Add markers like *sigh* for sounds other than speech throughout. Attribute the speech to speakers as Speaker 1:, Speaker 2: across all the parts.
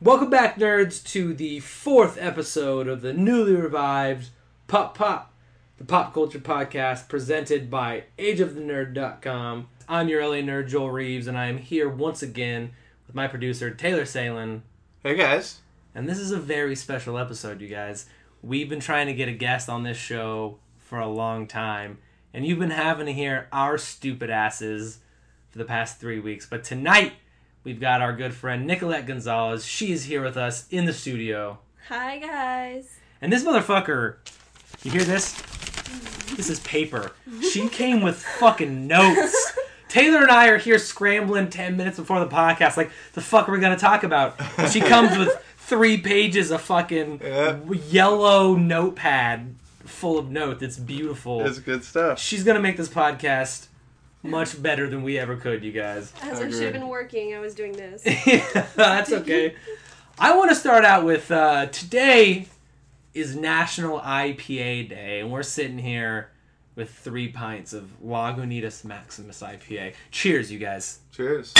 Speaker 1: Welcome back, nerds, to the fourth episode of the newly revived Pop Pop, the pop culture podcast presented by ageofthenerd.com. I'm your LA nerd, Joel Reeves, and I am here once again with my producer, Taylor Salen.
Speaker 2: Hey guys.
Speaker 1: And this is a very special episode, you guys. We've been trying to get a guest on this show for a long time, and you've been having to hear our stupid asses for the past three weeks. But tonight, we've got our good friend Nicolette Gonzalez. She is here with us in the studio.
Speaker 3: Hi guys.
Speaker 1: And this motherfucker, you hear this? This is paper. She came with fucking notes. Taylor and I are here scrambling 10 minutes before the podcast, like, the fuck are we going to talk about? And she comes with three pages of fucking
Speaker 2: Yeah.
Speaker 1: yellow notepad full of notes. It's beautiful.
Speaker 2: It's good stuff.
Speaker 1: She's going to make this podcast much better than we ever could, you guys.
Speaker 3: As I should have been working, I was
Speaker 1: *laughs*
Speaker 3: doing this.
Speaker 1: That's okay. I want to start out with uh, today is National IPA Day, and we're sitting here with three pints of Lagunitas Maximus IPA. Cheers, you guys.
Speaker 2: Cheers.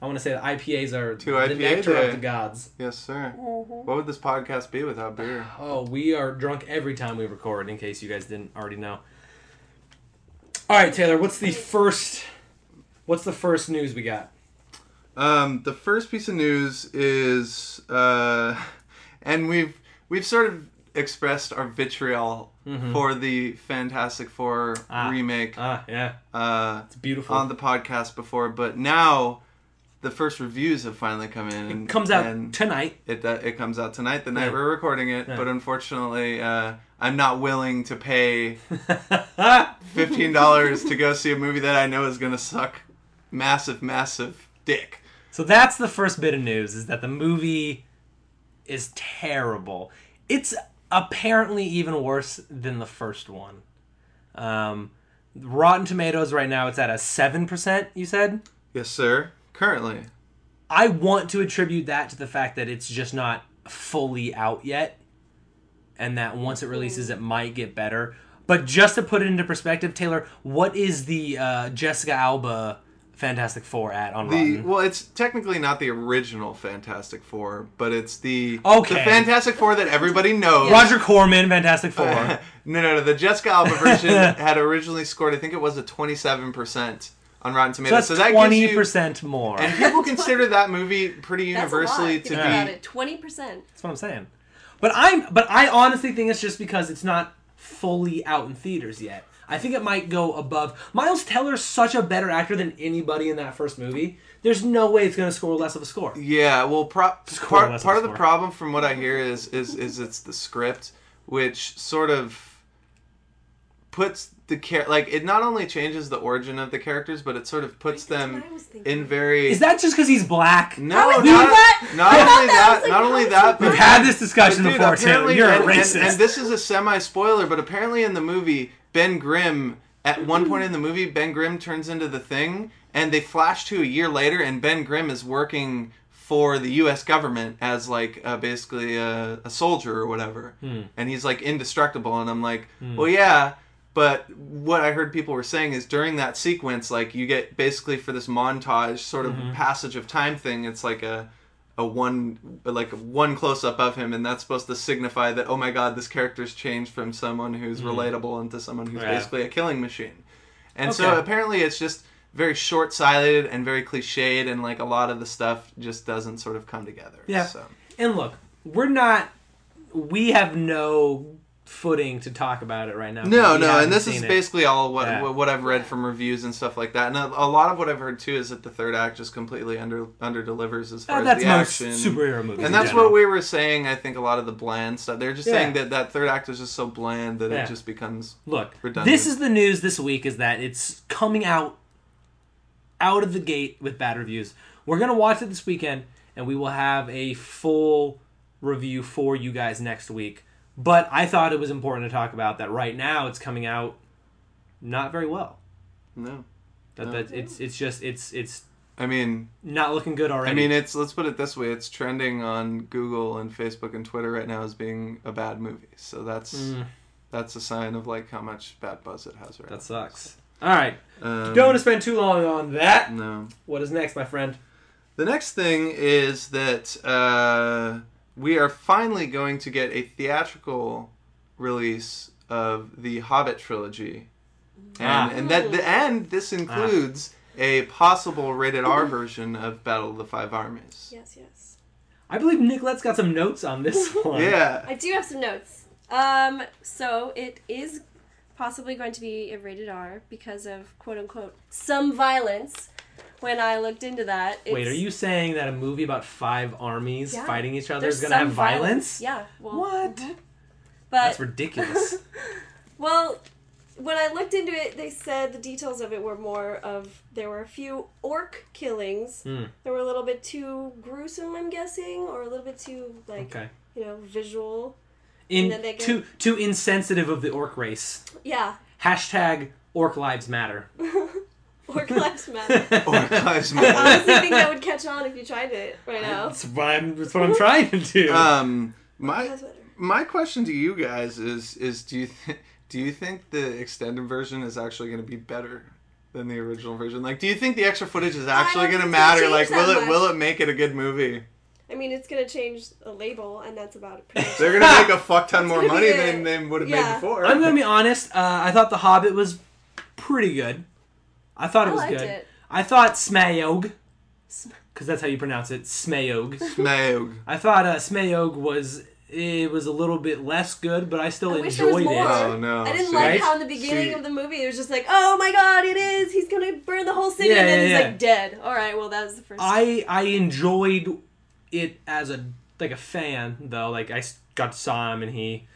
Speaker 1: I want to say that IPAs are
Speaker 2: To
Speaker 1: the
Speaker 2: IPA
Speaker 1: nectar
Speaker 2: Day.
Speaker 1: of the gods.
Speaker 2: Yes, sir.
Speaker 3: Mhm.
Speaker 2: What would this podcast be without beer?
Speaker 1: Oh, we are drunk every time we record, in case you guys didn't already know. All right, Taylor, what's the first. What's the first news we got?
Speaker 2: Um, the first piece of news is, uh, *laughs* and we've we've sort of expressed our vitriol for the Fantastic Four
Speaker 1: Mm-hmm. Ah.
Speaker 2: remake
Speaker 1: Ah, yeah,
Speaker 2: uh,
Speaker 1: it's beautiful.
Speaker 2: on the podcast before, but now the first reviews have finally come in.
Speaker 1: it comes out
Speaker 2: and
Speaker 1: tonight.
Speaker 2: it uh, it comes out tonight, the night
Speaker 1: Yeah.
Speaker 2: we're recording it.
Speaker 1: Yeah.
Speaker 2: But unfortunately, uh, I'm not willing
Speaker 1: *laughs*
Speaker 2: to pay fifteen dollars to go see a movie that I know is gonna suck massive, massive dick.
Speaker 1: So that's the first bit of news is that the movie is terrible. It's apparently even worse than the first one. Um, Rotten Tomatoes right now it's at a 7%, you said?
Speaker 2: Yes, sir. Currently,
Speaker 1: I want to attribute that to the fact that it's just not fully out yet and that once it releases it might get better. But just to put it into perspective, Taylor, what is the uh, Jessica Alba Fantastic Four at on
Speaker 2: the
Speaker 1: Rotten?
Speaker 2: well, it's technically not the original Fantastic Four, but it's the
Speaker 1: Okay.
Speaker 2: the Fantastic Four that everybody knows.
Speaker 1: Roger Corman, Fantastic Four.
Speaker 2: *laughs* no, no, no. The Jessica Alba
Speaker 1: *laughs*
Speaker 2: version had originally scored, I think it was a twenty-seven percent on Rotten Tomatoes.
Speaker 1: That's
Speaker 2: So that
Speaker 1: twenty
Speaker 2: gives you.
Speaker 1: percent more.
Speaker 2: And
Speaker 3: *laughs*
Speaker 2: people consider that movie pretty
Speaker 3: That's a lot.
Speaker 2: universally
Speaker 3: Think
Speaker 2: to
Speaker 3: about
Speaker 2: be
Speaker 3: it. Twenty percent.
Speaker 1: That's what I'm saying. But I'm but I honestly think it's just because it's not fully out in theaters yet. I think it might go above. Miles Teller's such a better actor than anybody in that first movie. There's no way it's going to score less of a score.
Speaker 2: Yeah, well, pro-
Speaker 1: Score
Speaker 2: part,
Speaker 1: less
Speaker 2: part of
Speaker 1: than
Speaker 2: the
Speaker 1: four.
Speaker 2: problem, from what I hear, is is is it's the script, which sort of puts the care like it not only changes the origin of the characters, but it sort of puts
Speaker 3: That's
Speaker 2: them
Speaker 3: what I was thinking.
Speaker 2: in very
Speaker 1: Is that just because he's black?
Speaker 2: no,
Speaker 3: I
Speaker 2: not,
Speaker 3: was
Speaker 2: not
Speaker 3: thinking that.
Speaker 2: only
Speaker 3: I thought that
Speaker 2: that,
Speaker 3: was, like,
Speaker 2: not only
Speaker 3: how
Speaker 2: that,
Speaker 3: it's
Speaker 2: but
Speaker 1: We've had this discussion
Speaker 2: Dude,
Speaker 1: before, Taylor.
Speaker 2: apparently-
Speaker 1: You're
Speaker 2: and,
Speaker 1: a
Speaker 2: and-
Speaker 1: racist.
Speaker 2: And, this is a semi spoiler, but apparently in the movie, Ben Grimm, at one point in the movie, Ben Grimm turns into the thing, and they flash to a year later, and Ben Grimm is working for the U.S. government as like uh, basically a, a soldier or whatever,
Speaker 1: Hmm.
Speaker 2: and he's like indestructible. And I'm like, well, yeah. But what I heard people were saying is during that sequence, like you get basically for this montage sort of
Speaker 1: Mm-hmm.
Speaker 2: passage of time thing, it's like a a one like one close up of him and that's supposed to signify that oh my god this character's changed from someone who's relatable into someone who's
Speaker 1: Hmm. Yeah.
Speaker 2: basically a killing machine and so
Speaker 1: Okay.
Speaker 2: apparently it's just very short sighted and very cliched and like a lot of the stuff just doesn't sort of come together
Speaker 1: Yeah.
Speaker 2: so
Speaker 1: And look, we're not. We have no footing to talk about it right now.
Speaker 2: no
Speaker 1: We
Speaker 2: no
Speaker 1: haven't
Speaker 2: and this is
Speaker 1: seen it.
Speaker 2: basically all what
Speaker 1: Yeah.
Speaker 2: what i've read from reviews and stuff like that and a, a lot of what i've heard too is that the third act just completely under under delivers as far
Speaker 1: Uh,
Speaker 2: as
Speaker 1: that's
Speaker 2: the
Speaker 1: most
Speaker 2: action
Speaker 1: superhero movies. in
Speaker 2: And that's
Speaker 1: general.
Speaker 2: what we were saying. I think a lot of the bland stuff. They're just
Speaker 1: Yeah.
Speaker 2: saying that that third act is just so bland that
Speaker 1: Yeah.
Speaker 2: it just becomes.
Speaker 1: Look,
Speaker 2: Redundant.
Speaker 1: this is the news this week is that it's coming out out of the gate with bad reviews. We're going to watch it this weekend and we will have a full review for you guys next week. But I thought it was important to talk about that right now it's coming out not very well.
Speaker 2: No,
Speaker 1: That, that it's it's just it's it's
Speaker 2: I mean,
Speaker 1: not looking good already.
Speaker 2: I mean, it's let's put it this way: it's trending on Google and Facebook and Twitter right now as being a bad movie. So that's
Speaker 1: Mm,
Speaker 2: that's a sign of like how much bad buzz it has right
Speaker 1: that sucks. All right.
Speaker 2: now. Um,
Speaker 1: Don't want to spend too long on that.
Speaker 2: No.
Speaker 1: What is next, my friend?
Speaker 2: The next thing is that uh, we are finally going to get a theatrical release of the Hobbit trilogy, and
Speaker 1: Ah.
Speaker 2: and that the and this includes a possible rated R version of Battle of the Five Armies.
Speaker 3: Yes, yes.
Speaker 1: I believe Nicolette's got some notes on this one.
Speaker 2: *laughs* Yeah.
Speaker 3: I do have some notes. Um, so it is possibly going to be a rated R because of quote unquote some violence. When I looked into that, it's,
Speaker 1: Wait, are you saying that a movie about five armies
Speaker 3: Yeah.
Speaker 1: fighting each other
Speaker 3: there's
Speaker 1: is gonna have
Speaker 3: some
Speaker 1: violence?
Speaker 3: Yeah. Well,
Speaker 1: What?
Speaker 3: But
Speaker 1: That's
Speaker 3: *laughs*
Speaker 1: ridiculous.
Speaker 3: Well, when I looked into it, they said the details of it were more of there were a few orc killings
Speaker 1: Hmm.
Speaker 3: that were a little bit too gruesome, I'm guessing, or a little bit too like
Speaker 1: Okay.
Speaker 3: you know visual.
Speaker 1: In
Speaker 3: And then they go-
Speaker 1: too too insensitive of the orc race.
Speaker 3: Yeah, *laughs*
Speaker 1: Hashtag orc lives matter. *laughs*
Speaker 3: orc lives matter.
Speaker 2: Or Clive's
Speaker 3: I
Speaker 2: Mother.
Speaker 3: honestly think that would catch on if you tried it right now.
Speaker 1: That's what I'm, that's what I'm trying to do.
Speaker 2: *laughs* Um, my
Speaker 3: That's better.
Speaker 2: my question to you guys is is do you th- *laughs* do you think the extended version is actually going to be better than the original version? Like, do you think the extra footage is actually
Speaker 3: don't
Speaker 2: going to
Speaker 3: think
Speaker 2: matter?
Speaker 3: it's gonna change
Speaker 2: Like,
Speaker 3: that
Speaker 2: will it
Speaker 3: much.
Speaker 2: will it make it a good
Speaker 3: *laughs*
Speaker 2: movie?
Speaker 3: I mean, it's gonna change a label, and that's
Speaker 1: *laughs*
Speaker 3: about it. pretty much.
Speaker 2: They're gonna make a fuck ton more
Speaker 3: gonna be
Speaker 2: money
Speaker 3: a-
Speaker 2: than they would have made
Speaker 3: yeah.
Speaker 2: before.
Speaker 1: I'm gonna be honest. Uh, I thought The Hobbit was pretty good. I thought it
Speaker 3: I
Speaker 1: was
Speaker 3: liked
Speaker 1: good.
Speaker 3: it.
Speaker 1: I thought Smayog, because that's how you pronounce it, Smayog.
Speaker 2: Smaug.
Speaker 1: I thought uh, Smayog was it was a little bit less good, but I still
Speaker 3: I wish there was
Speaker 1: enjoyed
Speaker 3: more.
Speaker 1: it.
Speaker 2: Oh no!
Speaker 3: I didn't
Speaker 2: See?
Speaker 1: Right?
Speaker 3: like how in the beginning
Speaker 2: See-
Speaker 3: of the movie it was just like, oh my god, it is. He's gonna burn the whole city,
Speaker 1: Yeah,
Speaker 3: and then
Speaker 1: yeah,
Speaker 3: he's
Speaker 1: yeah.
Speaker 3: like dead. All right, well that was the first.
Speaker 1: I I enjoyed it as a like a fan though. Like I s- got saw him and he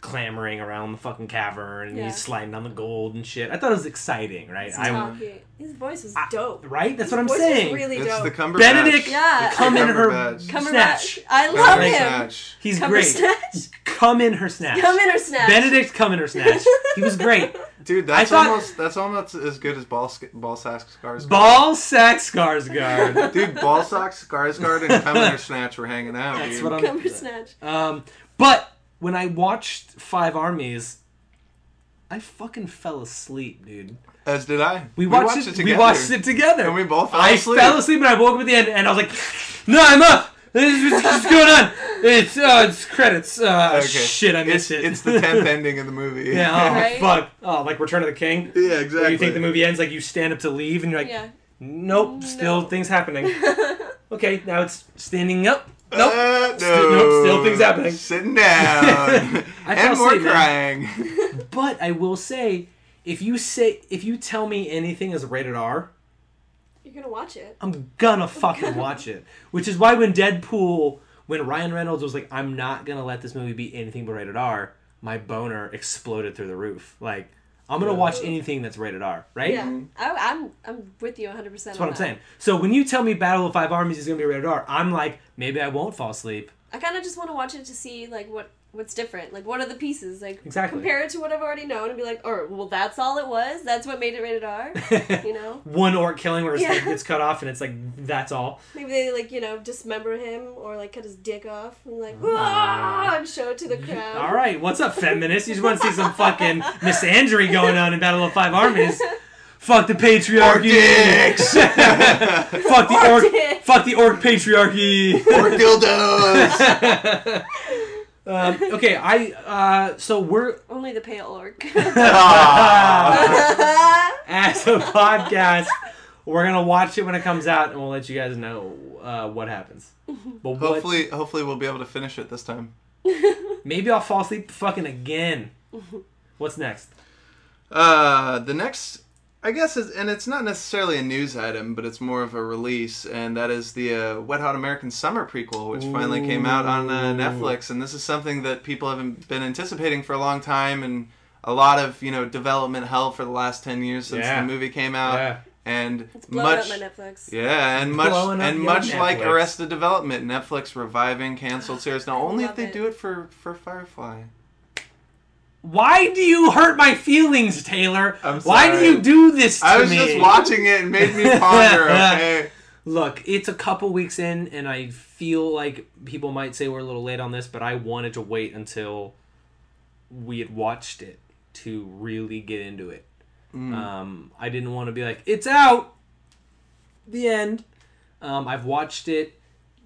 Speaker 1: clamoring around the fucking cavern and
Speaker 3: Yeah.
Speaker 1: he's sliding on the gold and shit. I thought it was exciting, right?
Speaker 3: He's
Speaker 1: I,
Speaker 3: talking. His voice was
Speaker 1: I-
Speaker 3: dope.
Speaker 1: right? That's
Speaker 3: His
Speaker 1: what I'm
Speaker 3: voice was
Speaker 1: saying.
Speaker 3: Really
Speaker 2: It's
Speaker 3: dope.
Speaker 2: the Cumberbatch.
Speaker 1: Benedict,
Speaker 3: Yeah.
Speaker 1: the come in her
Speaker 2: Cumberbatch.
Speaker 1: snatch.
Speaker 3: Cumberbatch. I love
Speaker 1: Cumberbatch.
Speaker 3: him.
Speaker 2: Snatch.
Speaker 1: He's great.
Speaker 3: Cumberbatch.
Speaker 1: Come in her snatch.
Speaker 3: *laughs* Come in or snatch.
Speaker 1: Benedict come in her snatch. He was
Speaker 3: *laughs*
Speaker 1: great.
Speaker 2: Dude, that's
Speaker 1: thought-
Speaker 2: almost that's almost as good as ball Sk- ball sack Skarsgård.
Speaker 1: Ball sack Skarsgård.
Speaker 2: Dude, ball sack Skarsgård
Speaker 1: *laughs*
Speaker 2: and Cumminer Snatch were hanging out.
Speaker 1: That's
Speaker 2: dude.
Speaker 1: what I'm.
Speaker 3: Come or snatch.
Speaker 1: Um, but when I watched Five Armies, I fucking fell asleep, dude.
Speaker 2: As did I.
Speaker 1: We watched, it, We watched it together.
Speaker 2: and we both fell
Speaker 1: I
Speaker 2: asleep.
Speaker 1: fell asleep and I woke up at the end and I was like, "No, I'm up. This is- What's going on? It's uh, it's credits. Uh,
Speaker 2: Okay.
Speaker 1: shit, I
Speaker 2: It's,
Speaker 1: missed it.
Speaker 2: it's
Speaker 1: *laughs*
Speaker 2: the tenth ending of the movie.
Speaker 1: yeah. Oh
Speaker 3: Right?
Speaker 1: fuck. Oh, like Return of the King.
Speaker 2: yeah, exactly.
Speaker 1: Where You think the movie ends like you stand up to leave and you're like,
Speaker 3: Yeah.
Speaker 1: nope, still
Speaker 3: No.
Speaker 1: things
Speaker 3: *laughs*
Speaker 1: happening. okay, now it's standing up. Nope.
Speaker 2: Uh, no.
Speaker 1: Still- nope, still things happening. *laughs*
Speaker 2: Sitting down.
Speaker 1: I fell
Speaker 2: and more
Speaker 1: asleep, man. *laughs*
Speaker 2: crying.
Speaker 1: But I will say, if you say if you tell me anything is rated R,
Speaker 3: You're gonna watch it.
Speaker 1: I'm gonna fucking watch it. Which is why when Deadpool, when Ryan Reynolds was like, I'm not gonna let this movie be anything but rated R, my boner exploded through the roof. Like, I'm gonna watch anything that's rated R, right?
Speaker 3: Yeah. I, I'm I'm with you 100. percent
Speaker 1: That's what I'm saying. So when you tell me Battle of the Five Armies is gonna be rated R, I'm like, maybe I won't fall asleep. *laughs*
Speaker 3: I kind of just want to watch it to see like what what's different. Like what are the pieces? Like
Speaker 1: Exactly.
Speaker 3: compare it to what I've already known and be like, oh well, that's all it was. That's what made it
Speaker 1: *laughs*
Speaker 3: rated R. you know,
Speaker 1: one orc killing where his
Speaker 3: Yeah.
Speaker 1: head gets cut off and it's like that's all.
Speaker 3: maybe they like you know dismember him or like cut his dick off and like "Wah!" and show
Speaker 1: *laughs*
Speaker 3: it to the crowd.
Speaker 1: Ah. All right, what's up, feminists? You just want to see some fucking misandry going on in Battle of Five Armies? Fuck the
Speaker 2: Or
Speaker 1: patriarchy. *laughs*
Speaker 2: dicks.
Speaker 1: fuck the
Speaker 3: Or
Speaker 1: orc.
Speaker 3: dicks.
Speaker 1: Fuck the orc patriarchy.
Speaker 2: or
Speaker 1: *laughs*
Speaker 2: dildos.
Speaker 1: um, okay, I. Uh, so we're uh,
Speaker 3: Only the pale *laughs* orc.
Speaker 2: Ah.
Speaker 1: as a podcast. We're gonna watch it when it comes out, and we'll let you guys know uh, what happens. But what,
Speaker 2: Hopefully, hopefully we'll be able to finish it this time.
Speaker 1: maybe I'll fall asleep fucking again. What's next?
Speaker 2: Uh, the next, I guess, is and it's not necessarily a news item, but it's more of a release, and that is the uh, Wet Hot American Summer prequel, which finally came out on uh, Netflix, and this is something that people have been anticipating for a long time, and a lot of you know development hell for the last ten years since
Speaker 1: Yeah.
Speaker 2: the movie came out,
Speaker 1: Yeah.
Speaker 2: and
Speaker 3: Blowing
Speaker 2: much.
Speaker 3: up my Netflix.
Speaker 2: Yeah, and
Speaker 1: Blowing
Speaker 2: much
Speaker 1: up
Speaker 2: and
Speaker 1: your
Speaker 2: much like
Speaker 1: Netflix.
Speaker 2: Arrested Development, Netflix reviving canceled
Speaker 3: *sighs*
Speaker 2: series. Now,
Speaker 3: I
Speaker 2: only if
Speaker 3: love
Speaker 2: they
Speaker 3: it.
Speaker 2: do it for for Firefly.
Speaker 1: Why do you hurt my feelings, Taylor?
Speaker 2: I'm
Speaker 1: Why do
Speaker 2: sorry.
Speaker 1: you do this to
Speaker 2: I was
Speaker 1: me?
Speaker 2: just watching it and
Speaker 1: *laughs*
Speaker 2: made me ponder. Okay.
Speaker 1: Look, it's a couple weeks in, and I feel like people might say we're a little late on this, but I wanted to wait until we had watched it to really get into it. Um, I didn't want to be like, it's out, the end. Um, I've watched it.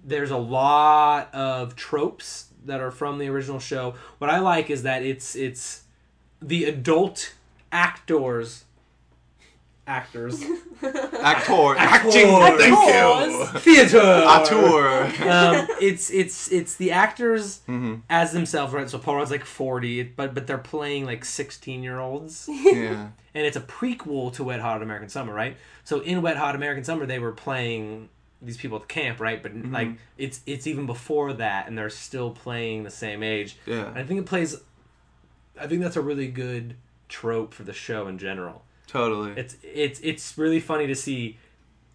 Speaker 1: There's a lot of tropes that are from the original show. What I like is that it's it's the adult actors actors
Speaker 2: Actor, acting.
Speaker 1: Actors.
Speaker 2: Thank you.
Speaker 1: theater
Speaker 2: Actor.
Speaker 1: um, it's it's it's the actors as themselves, right? So Paul Rudd's like forty, but but they're playing like sixteen year olds,
Speaker 2: yeah.
Speaker 1: and it's a prequel to Wet Hot American Summer, right? So in Wet Hot American Summer, they were playing these people at the camp, right? But like it's it's even before that, and they're still playing the same age.
Speaker 2: Yeah.
Speaker 1: And I think it plays. I think that's a really good trope for the show in general.
Speaker 2: Totally.
Speaker 1: It's it's it's really funny to see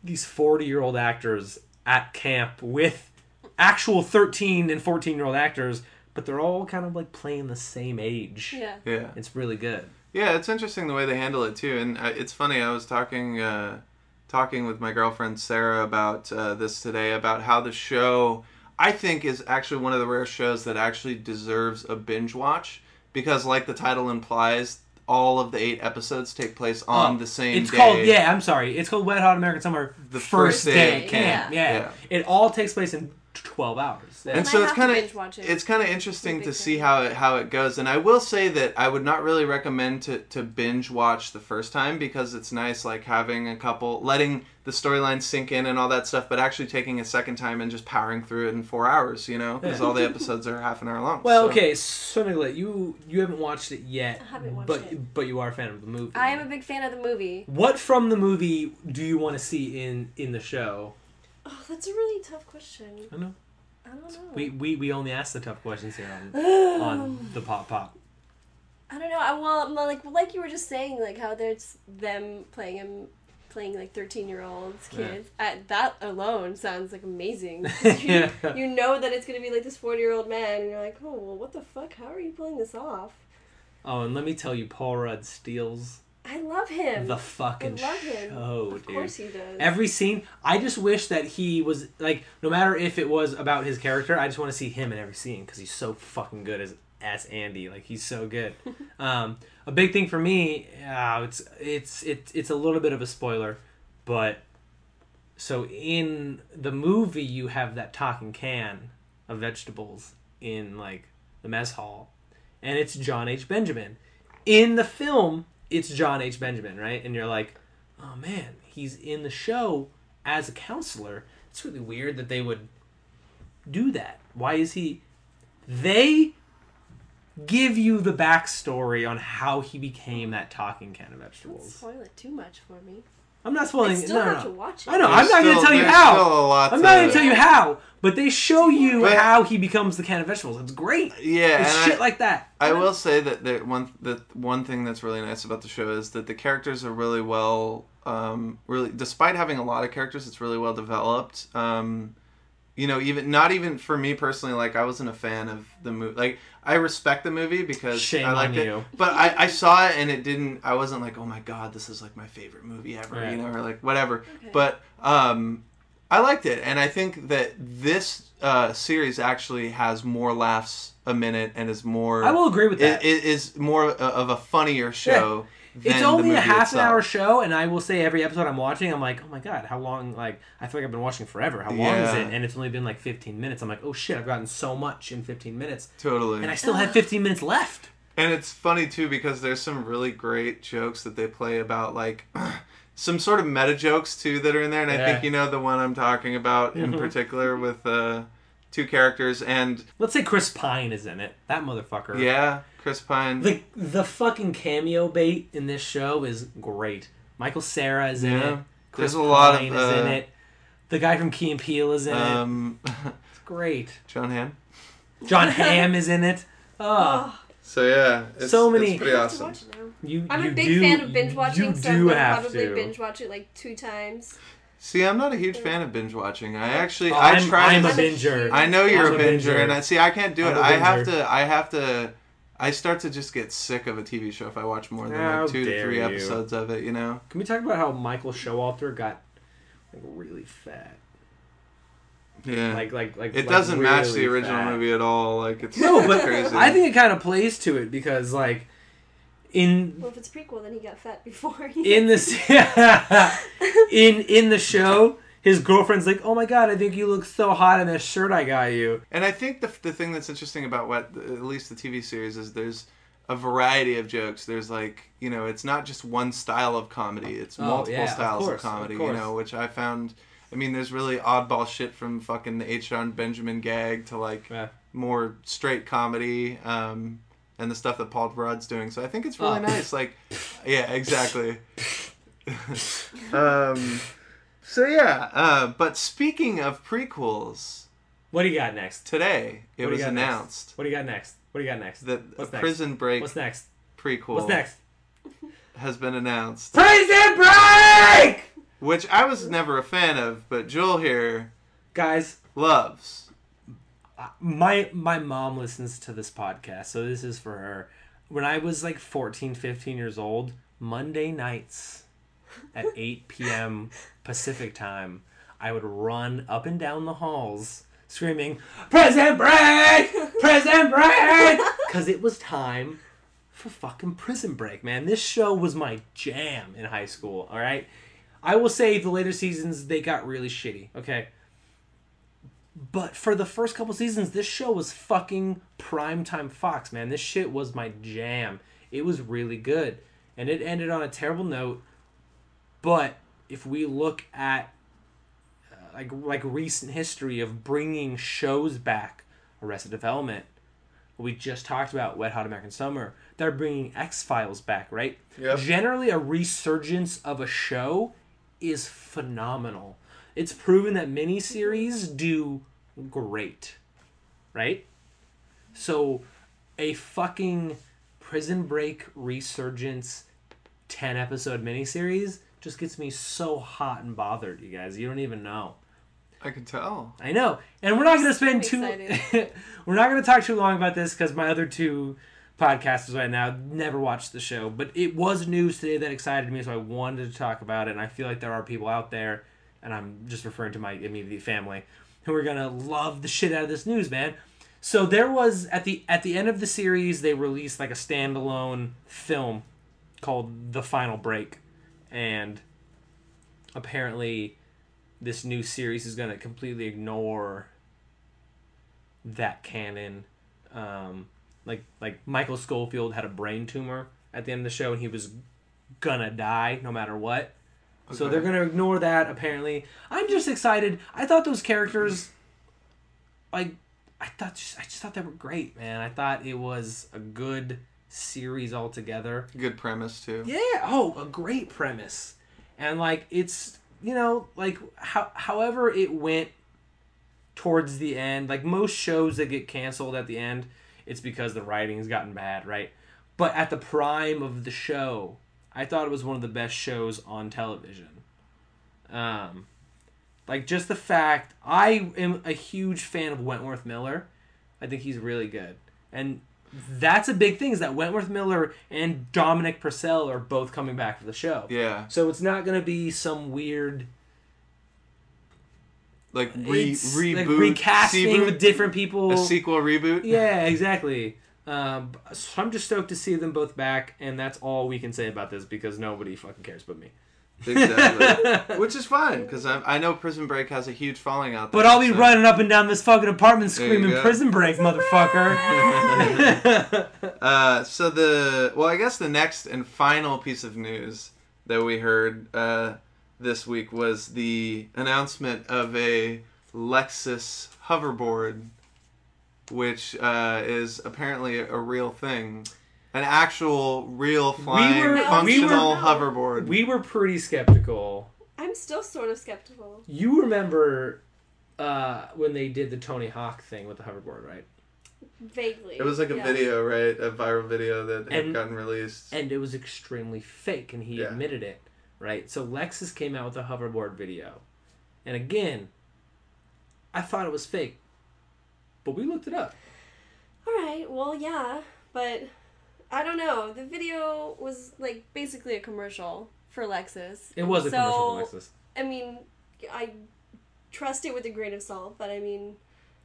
Speaker 1: these forty year old actors at camp with actual thirteen and fourteen year old actors, but they're all kind of like playing the same age.
Speaker 3: Yeah.
Speaker 2: yeah.
Speaker 1: It's really good.
Speaker 2: Yeah, it's interesting the way they handle it too, and uh, it's funny. I was talking, uh, talking with my girlfriend Sarah about uh, this today about how the show I think is actually one of the rare shows that actually deserves a binge watch because, like the title implies, all of the eight episodes take place on
Speaker 1: Oh,
Speaker 2: the same.
Speaker 1: It's
Speaker 2: day.
Speaker 1: called yeah, I'm sorry. It's called Wet Hot American Summer.
Speaker 2: The first day
Speaker 3: at
Speaker 1: camp.
Speaker 3: camp.
Speaker 1: Yeah. It all takes place in twelve hours.
Speaker 2: and
Speaker 3: I
Speaker 2: so it's
Speaker 3: have to
Speaker 2: kind
Speaker 3: binge
Speaker 2: of
Speaker 3: watch it.
Speaker 2: it's kind of interesting
Speaker 3: It's a
Speaker 2: to
Speaker 3: big
Speaker 2: see
Speaker 3: thing.
Speaker 2: how it how it goes. And I will say that I would not really recommend to to binge watch the first time because it's nice like having a couple, letting the storyline sink in and all that stuff, but actually taking a second time and just powering through it in four hours. You know, because
Speaker 1: Yeah.
Speaker 2: all the episodes are half an hour long.
Speaker 1: well,
Speaker 2: so-
Speaker 1: okay, so Nicolette, you you haven't watched it yet,
Speaker 3: I haven't watched
Speaker 1: but
Speaker 3: it.
Speaker 1: but you are a fan of the movie.
Speaker 3: I am a big fan of the movie.
Speaker 1: What from the movie do you want to see in in the show?
Speaker 3: Oh, that's a really tough question.
Speaker 1: I know.
Speaker 3: I don't know.
Speaker 1: We, we we only ask the tough questions here on
Speaker 3: *sighs*
Speaker 1: on the pop pop.
Speaker 3: I don't know. I well, I'm like like you were just saying, like how there's them playing him, playing like thirteen year olds
Speaker 1: Yeah.
Speaker 3: kids. Uh, that alone sounds
Speaker 1: *laughs*
Speaker 3: like amazing. 'Cause You, you know that it's gonna be like this forty year old man, and you're like, oh well, what the fuck? How are you pulling this off?
Speaker 1: Oh, and let me tell you, Paul Rudd steals
Speaker 3: I love him.
Speaker 1: the fucking
Speaker 3: I love him.
Speaker 1: show,
Speaker 3: of
Speaker 1: dude.
Speaker 3: course he does.
Speaker 1: Every scene, I just wish that he was like, no matter if it was about his character, I just want to see him in every scene because he's so fucking good as as Andy. Like he's so good. um, a big thing for me, uh, it's it's it's it's a little bit of a spoiler, but so in the movie you have that talking can of vegetables in like the mess hall, and it's John H. Benjamin. In the film, it's John H. Benjamin, right? And you're like, oh man, he's in the show as a counselor. It's really weird that they would do that. Why is he? They give you the backstory on how he became that talking can of
Speaker 3: don't
Speaker 1: vegetables.
Speaker 3: spoil it too much for me.
Speaker 1: I'm not spoiling.
Speaker 3: I still
Speaker 1: no, no,
Speaker 3: have
Speaker 1: no.
Speaker 3: to watch it.
Speaker 1: I know.
Speaker 2: There's
Speaker 1: I'm not going
Speaker 2: still-
Speaker 1: to tell you
Speaker 2: there's
Speaker 1: how.
Speaker 2: Still a lot
Speaker 1: I'm not going
Speaker 2: to-
Speaker 1: to tell you how, but they show you
Speaker 2: But-
Speaker 1: how he becomes the can of vegetables. It's great.
Speaker 2: Yeah,
Speaker 1: It's
Speaker 2: and I-
Speaker 1: shit like that.
Speaker 2: I will say that the one the one thing that's really nice about the show is that the characters are really well um, really despite having a lot of characters it's really well developed um, you know even not even for me personally like I wasn't a fan of the movie like I respect the movie because
Speaker 1: Shame
Speaker 2: I liked
Speaker 1: on
Speaker 2: it
Speaker 1: you.
Speaker 2: but I, I saw it and it didn't I wasn't like oh my god this is like my favorite movie ever
Speaker 1: Right.
Speaker 2: you know or like whatever
Speaker 3: Okay.
Speaker 2: but um, I liked it, and I think that this uh, series actually has more laughs a minute and is more.
Speaker 1: I will agree with that.
Speaker 2: i- i- is more o- of a funnier show. Than
Speaker 1: it's
Speaker 2: the
Speaker 1: only
Speaker 2: movie
Speaker 1: a half
Speaker 2: itself.
Speaker 1: an hour show, and I will say every episode I'm watching, I'm like, oh my god, how long? Like, I feel like I've been watching forever. How long is
Speaker 2: Yeah.
Speaker 1: it? And it's only been like 15 minutes. I'm like, oh shit, I've gotten so much in 15 minutes,
Speaker 2: Totally,
Speaker 1: and I still have 15 minutes left.
Speaker 2: And it's funny too because there's some really great jokes that they play about like *clears throat* some sort of meta jokes too that are in there, and I
Speaker 1: Yeah. Mm-hmm.
Speaker 2: think you know the one I'm talking about in particular with uh, two characters and
Speaker 1: Let's say Chris Pine is in it. That motherfucker.
Speaker 2: yeah, Chris Pine.
Speaker 1: The the fucking cameo bait in this show is great. Michael Sarah is in
Speaker 2: Yeah.
Speaker 1: it. Chris
Speaker 2: There's a lot of,
Speaker 1: Pine is in
Speaker 2: uh,
Speaker 1: it. The guy from Key and Peele is in it.
Speaker 2: um, *laughs*
Speaker 1: It's great.
Speaker 2: John Hamm.
Speaker 1: John Hamm is in
Speaker 3: *laughs*
Speaker 1: it. Oh,
Speaker 3: Oh,
Speaker 2: So yeah, it's,
Speaker 1: So many-
Speaker 2: It's
Speaker 3: I
Speaker 2: pretty
Speaker 3: have to
Speaker 2: awesome.
Speaker 3: watch it now.
Speaker 1: you.
Speaker 3: I'm
Speaker 1: you
Speaker 3: a big
Speaker 1: do-
Speaker 3: fan of binge watching,
Speaker 1: You
Speaker 3: so I'm
Speaker 1: do
Speaker 3: gonna
Speaker 1: have
Speaker 3: probably
Speaker 1: to.
Speaker 3: binge watch it like two times.
Speaker 2: See, I'm not a huge fan of binge watching. I actually,
Speaker 1: Oh,
Speaker 2: I
Speaker 1: I'm-
Speaker 2: try.
Speaker 1: I'm
Speaker 2: to,
Speaker 1: a binger.
Speaker 2: I know
Speaker 1: I'm
Speaker 2: you're a
Speaker 1: a
Speaker 2: binger,
Speaker 1: binger.
Speaker 2: and I see. I can't do
Speaker 1: I'm
Speaker 2: it.
Speaker 1: a
Speaker 2: I have
Speaker 1: binger.
Speaker 2: to. I have to. I start to just get sick of a TV show if I watch more than
Speaker 1: How
Speaker 2: like two to
Speaker 1: dare
Speaker 2: three
Speaker 1: you.
Speaker 2: episodes of it. You know.
Speaker 1: Can we talk about how Michael Showalter got like really fat?
Speaker 2: Yeah.
Speaker 1: Like like like
Speaker 2: it
Speaker 1: like,
Speaker 2: doesn't match the
Speaker 1: really
Speaker 2: original
Speaker 1: fat.
Speaker 2: movie at all. Like it's *laughs*
Speaker 1: No, but
Speaker 2: crazy.
Speaker 1: I think it kind of plays to it because like in
Speaker 3: Well, if it's *laughs*
Speaker 1: *laughs*
Speaker 3: a prequel, then he got fat before.
Speaker 1: in this in in the show his girlfriend's like, "Oh my god, I think you look so hot in that shirt I got you."
Speaker 2: And I think the, the thing that's interesting about what at least the TV series is there's a variety of jokes. There's like you know it's not just one style of comedy. It's
Speaker 1: Oh,
Speaker 2: multiple
Speaker 1: yeah, of
Speaker 2: styles of,
Speaker 1: course, of
Speaker 2: comedy. you
Speaker 1: course.
Speaker 2: know, which I found. I mean, there's really oddball shit from fucking the H. John Benjamin gag to like
Speaker 1: Yeah.
Speaker 2: more straight comedy um, and the stuff that Paul Rudd's doing. So I think it's really
Speaker 1: Oh.
Speaker 2: nice. Like, yeah,
Speaker 1: *laughs*
Speaker 2: exactly. um, so yeah, uh, but speaking of prequels,
Speaker 1: What do you got next?
Speaker 2: today
Speaker 1: What do
Speaker 2: it
Speaker 1: you
Speaker 2: was
Speaker 1: got next?
Speaker 2: announced
Speaker 1: What do you got next? What do you got next?
Speaker 2: that
Speaker 1: What's
Speaker 2: a
Speaker 1: next?
Speaker 2: Prison Break
Speaker 1: What's next?
Speaker 2: prequel
Speaker 1: What's next?
Speaker 2: has been announced,
Speaker 1: Prison Break,
Speaker 2: which I was never a fan of, but Joel here
Speaker 1: guys.
Speaker 2: loves.
Speaker 1: my my mom listens to this podcast so this is for her when i was like 14 15 years old monday nights at 8 p.m pacific time i would run up and down the halls screaming prison break prison break because it was time for fucking prison break man this show was my jam in high school all right i will say the later seasons they got really shitty okay but for the first couple seasons, this show was fucking primetime Fox, man. This shit was my jam. It was really good. And it ended on a terrible note. But if we look at uh, like like recent history of bringing shows back, Arrested Development, we just talked about Wet Hot American Summer, they're bringing X-Files back, right?
Speaker 2: Yep.
Speaker 1: Generally a resurgence of a show is phenomenal. It's proven that miniseries do great, right? So, a fucking Prison Break resurgence, ten episode miniseries just gets me so hot and bothered. You guys, you don't even know.
Speaker 2: I can tell.
Speaker 1: I know, and we're not going to spend
Speaker 3: so
Speaker 1: too.
Speaker 3: excited.
Speaker 1: *laughs* we're not going to talk too long about this because my other two podcasters right now never watched the show, but it was news today that excited me, so I wanted to talk about it. And I feel like there are people out there, and I'm just referring to my immediate family, who are going to love the shit out of this news, man. So there was at the at the end of the series, they released like a standalone film called The Final Break, and apparently this new series is going to completely ignore that canon. Um, like like Michael Schofield had a brain tumor at the end of the show, and he was gonna die no matter what. So
Speaker 2: Okay.
Speaker 1: they're gonna ignore that. Apparently, I'm just excited. I thought those characters, like, I thought just, I just thought they were great, man. I thought it was a good series altogether.
Speaker 2: Good premise too.
Speaker 1: Yeah. Oh, a great premise. And like it's you know like how however it went towards the end, like most shows that get canceled at the end, it's because the writing's gotten bad, right? But at the prime of the show, I thought it was one of the best shows on television. Um, like just the fact I am a huge fan of Wentworth Miller. I think he's really good. And that's a big thing is that Wentworth Miller and Dominic Purcell are both coming back for the show.
Speaker 2: Yeah.
Speaker 1: So it's not going to be some weird
Speaker 2: Like re
Speaker 1: it's,
Speaker 2: reboot,
Speaker 1: like recasting
Speaker 2: seaboot,
Speaker 1: with different people.
Speaker 2: a sequel reboot.
Speaker 1: Yeah, exactly. Um, so I'm just stoked to see them both back, and that's all we can say about this because nobody fucking cares but me. *laughs*
Speaker 2: exactly. Which is fine because I, I know Prison Break has a huge following out there.
Speaker 1: But I'll be
Speaker 2: so-
Speaker 1: running up and down this fucking apartment
Speaker 2: There you
Speaker 1: screaming
Speaker 2: go.
Speaker 1: "Prison Break, motherfucker!"
Speaker 2: Uh, so the well, I guess the next and final piece of news that we heard uh, this week was the announcement of a Lexus hoverboard, which uh, is apparently a real thing, an actual real flying
Speaker 1: were- we were-
Speaker 2: functional hoverboard.
Speaker 1: we were pretty skeptical.
Speaker 3: I'm still sort of skeptical.
Speaker 1: You remember uh, when they did the Tony Hawk thing with the hoverboard, right?
Speaker 3: Vaguely.
Speaker 2: it was like a
Speaker 3: yeah.
Speaker 2: video, right? A viral video that had
Speaker 1: And-
Speaker 2: gotten released.
Speaker 1: And it was extremely fake, and he
Speaker 2: Yeah.
Speaker 1: admitted it, right? So Lexus came out with a hoverboard video, and again, I thought it was fake, but we looked it up.
Speaker 3: Alright, well, yeah, but I don't know. The video was like basically a commercial for Lexus.
Speaker 1: It was a
Speaker 3: So-
Speaker 1: commercial for Lexus.
Speaker 3: I mean, I trust it with a grain of salt, but I mean,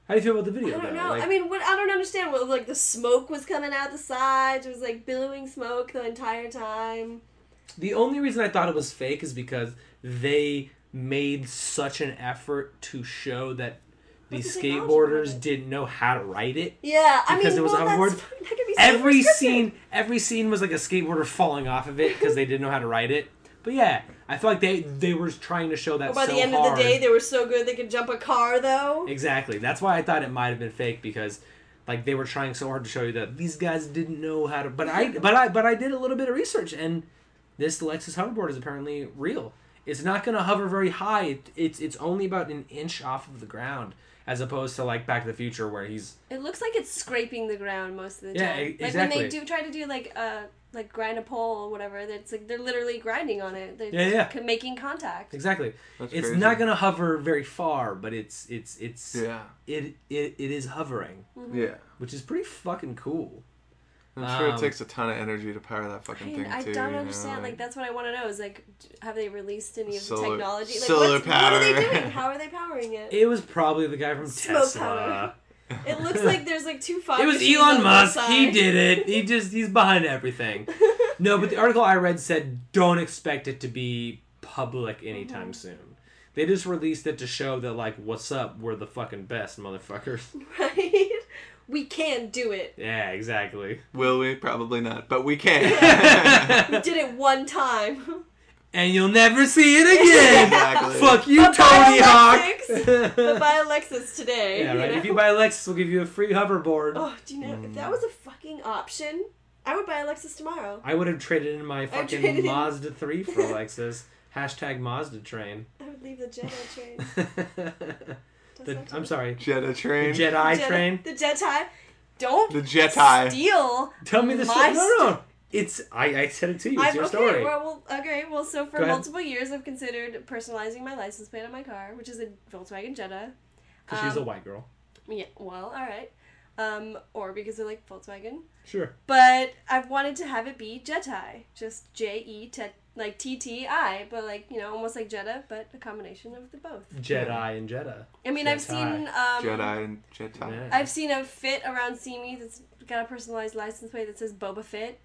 Speaker 1: How do you feel about the video?
Speaker 3: I don't
Speaker 1: though?
Speaker 3: know.
Speaker 1: Like,
Speaker 3: I mean, what I don't understand what like the smoke was coming out the sides. It was like billowing smoke the entire time.
Speaker 1: the only reason I thought it was fake is because they made such an effort to show that these
Speaker 3: the technology behind
Speaker 1: skateboarders
Speaker 3: it?
Speaker 1: didn't know how to write it.
Speaker 3: Yeah, I
Speaker 1: Because
Speaker 3: mean,
Speaker 1: it was
Speaker 3: well,
Speaker 1: on
Speaker 3: that's
Speaker 1: board.
Speaker 3: fine. *laughs* That could be so
Speaker 1: Every
Speaker 3: prescriptive.
Speaker 1: scene, every scene was like a skateboarder falling off of it because they didn't know how to write it. But yeah, I feel like they they were trying to show that.
Speaker 3: Or by
Speaker 1: so
Speaker 3: the end
Speaker 1: hard.
Speaker 3: of the day, they were so good they could jump a car, though.
Speaker 1: Exactly. That's why I thought it might have been fake because like they were trying so hard to show you that these guys didn't know how to but I but I but I did a little bit of research and this Lexus hoverboard is apparently real. It's not going to hover very high. It, it's it's only about an inch off of the ground as opposed to like Back to the Future where he's
Speaker 3: It looks like it's scraping the ground most of the
Speaker 1: Yeah,
Speaker 3: time.
Speaker 1: e-
Speaker 3: Like when they
Speaker 1: exactly.
Speaker 3: do try to do like uh like grind a pole or whatever, that's like they're literally grinding on it. They're
Speaker 1: Yeah, yeah.
Speaker 3: c- making contact.
Speaker 1: exactly.
Speaker 2: That's
Speaker 1: it's
Speaker 2: crazy.
Speaker 1: not going to hover very far, but it's it's it's
Speaker 2: Yeah.
Speaker 1: it, it it is hovering,
Speaker 2: Yeah.
Speaker 1: which is pretty fucking cool.
Speaker 2: I'm sure
Speaker 1: Um,
Speaker 2: it takes a ton of energy to power that fucking
Speaker 3: I,
Speaker 2: thing
Speaker 3: I
Speaker 2: too.
Speaker 3: don't
Speaker 2: you know,
Speaker 3: understand. like that's what I want to know is like, d- have they released any of the
Speaker 2: Solar-
Speaker 3: technology? Like,
Speaker 2: solar
Speaker 3: what's, What are they
Speaker 2: power.
Speaker 3: doing? How are they
Speaker 1: *laughs*
Speaker 3: powering it?
Speaker 1: It was probably the guy from
Speaker 3: Smoke
Speaker 1: Tesla.
Speaker 3: powder. It looks like there's like two fire.
Speaker 1: It was
Speaker 3: machines
Speaker 1: Elon
Speaker 3: on one
Speaker 1: Musk. He
Speaker 3: side.
Speaker 1: did it. He just he's behind everything. No, but the article I read said don't expect it to be public
Speaker 3: Mm-hmm.
Speaker 1: anytime soon. They just released it to show that like what's up, we're the fucking best, motherfuckers.
Speaker 3: *laughs*
Speaker 1: *laughs*
Speaker 3: right. We can do it.
Speaker 1: Yeah, exactly. *laughs*
Speaker 2: Will we? Probably not, but we can. *laughs*
Speaker 3: We did it one time. *laughs*
Speaker 1: And you'll never see it again.
Speaker 2: exactly.
Speaker 1: Fuck you,
Speaker 3: But buy
Speaker 1: Tony
Speaker 3: a
Speaker 1: Hawk.
Speaker 3: *laughs* but buy Alexis
Speaker 1: *laughs*
Speaker 3: today.
Speaker 1: yeah,
Speaker 3: you
Speaker 1: right.
Speaker 3: know?
Speaker 1: If
Speaker 3: *laughs*
Speaker 1: you Mm. buy Lexus, we'll give you a free hoverboard.
Speaker 3: *gasps* Oh, do you know if that was a fucking option, I would buy Alexis tomorrow.
Speaker 1: I would have traded in my
Speaker 3: traded
Speaker 1: fucking
Speaker 3: in-
Speaker 1: Mazda three
Speaker 3: *laughs*
Speaker 1: for Lexus. Hashtag Mazda train. *laughs*
Speaker 3: I would leave the Jedi train.
Speaker 1: the,
Speaker 3: Does that
Speaker 1: I'm
Speaker 3: do-
Speaker 1: sorry.
Speaker 2: Jetta train.
Speaker 1: Jedi
Speaker 3: Jedi-
Speaker 1: train.
Speaker 3: The Jedi. Don't
Speaker 2: The Jedi.
Speaker 3: steal.
Speaker 1: Tell me the
Speaker 3: my
Speaker 1: story. No, no,
Speaker 3: st-
Speaker 1: no. It's I. I said it to you. It's
Speaker 3: I've,
Speaker 1: your
Speaker 3: okay,
Speaker 1: story.
Speaker 3: well, well, okay, well, so for
Speaker 1: Go ahead.
Speaker 3: multiple years, I've considered personalizing my license plate on my car, which is a Volkswagen Jetta.
Speaker 1: 'Cause she's a
Speaker 3: um,
Speaker 1: white girl.
Speaker 3: Yeah, well, all right, um, or because I like Volkswagen,
Speaker 1: Sure.
Speaker 3: but I've wanted to have it be Jedi, just J E T, like T T I, but like you know, almost like Jetta, but a combination of the both.
Speaker 1: Jedi and Jedi.
Speaker 3: I mean, I've
Speaker 1: Jedi.
Speaker 3: seen um,
Speaker 2: Jedi and Jedi.
Speaker 1: Yeah.
Speaker 3: I've seen a fit around Simi that's got a personalized license plate that says Boba Fit.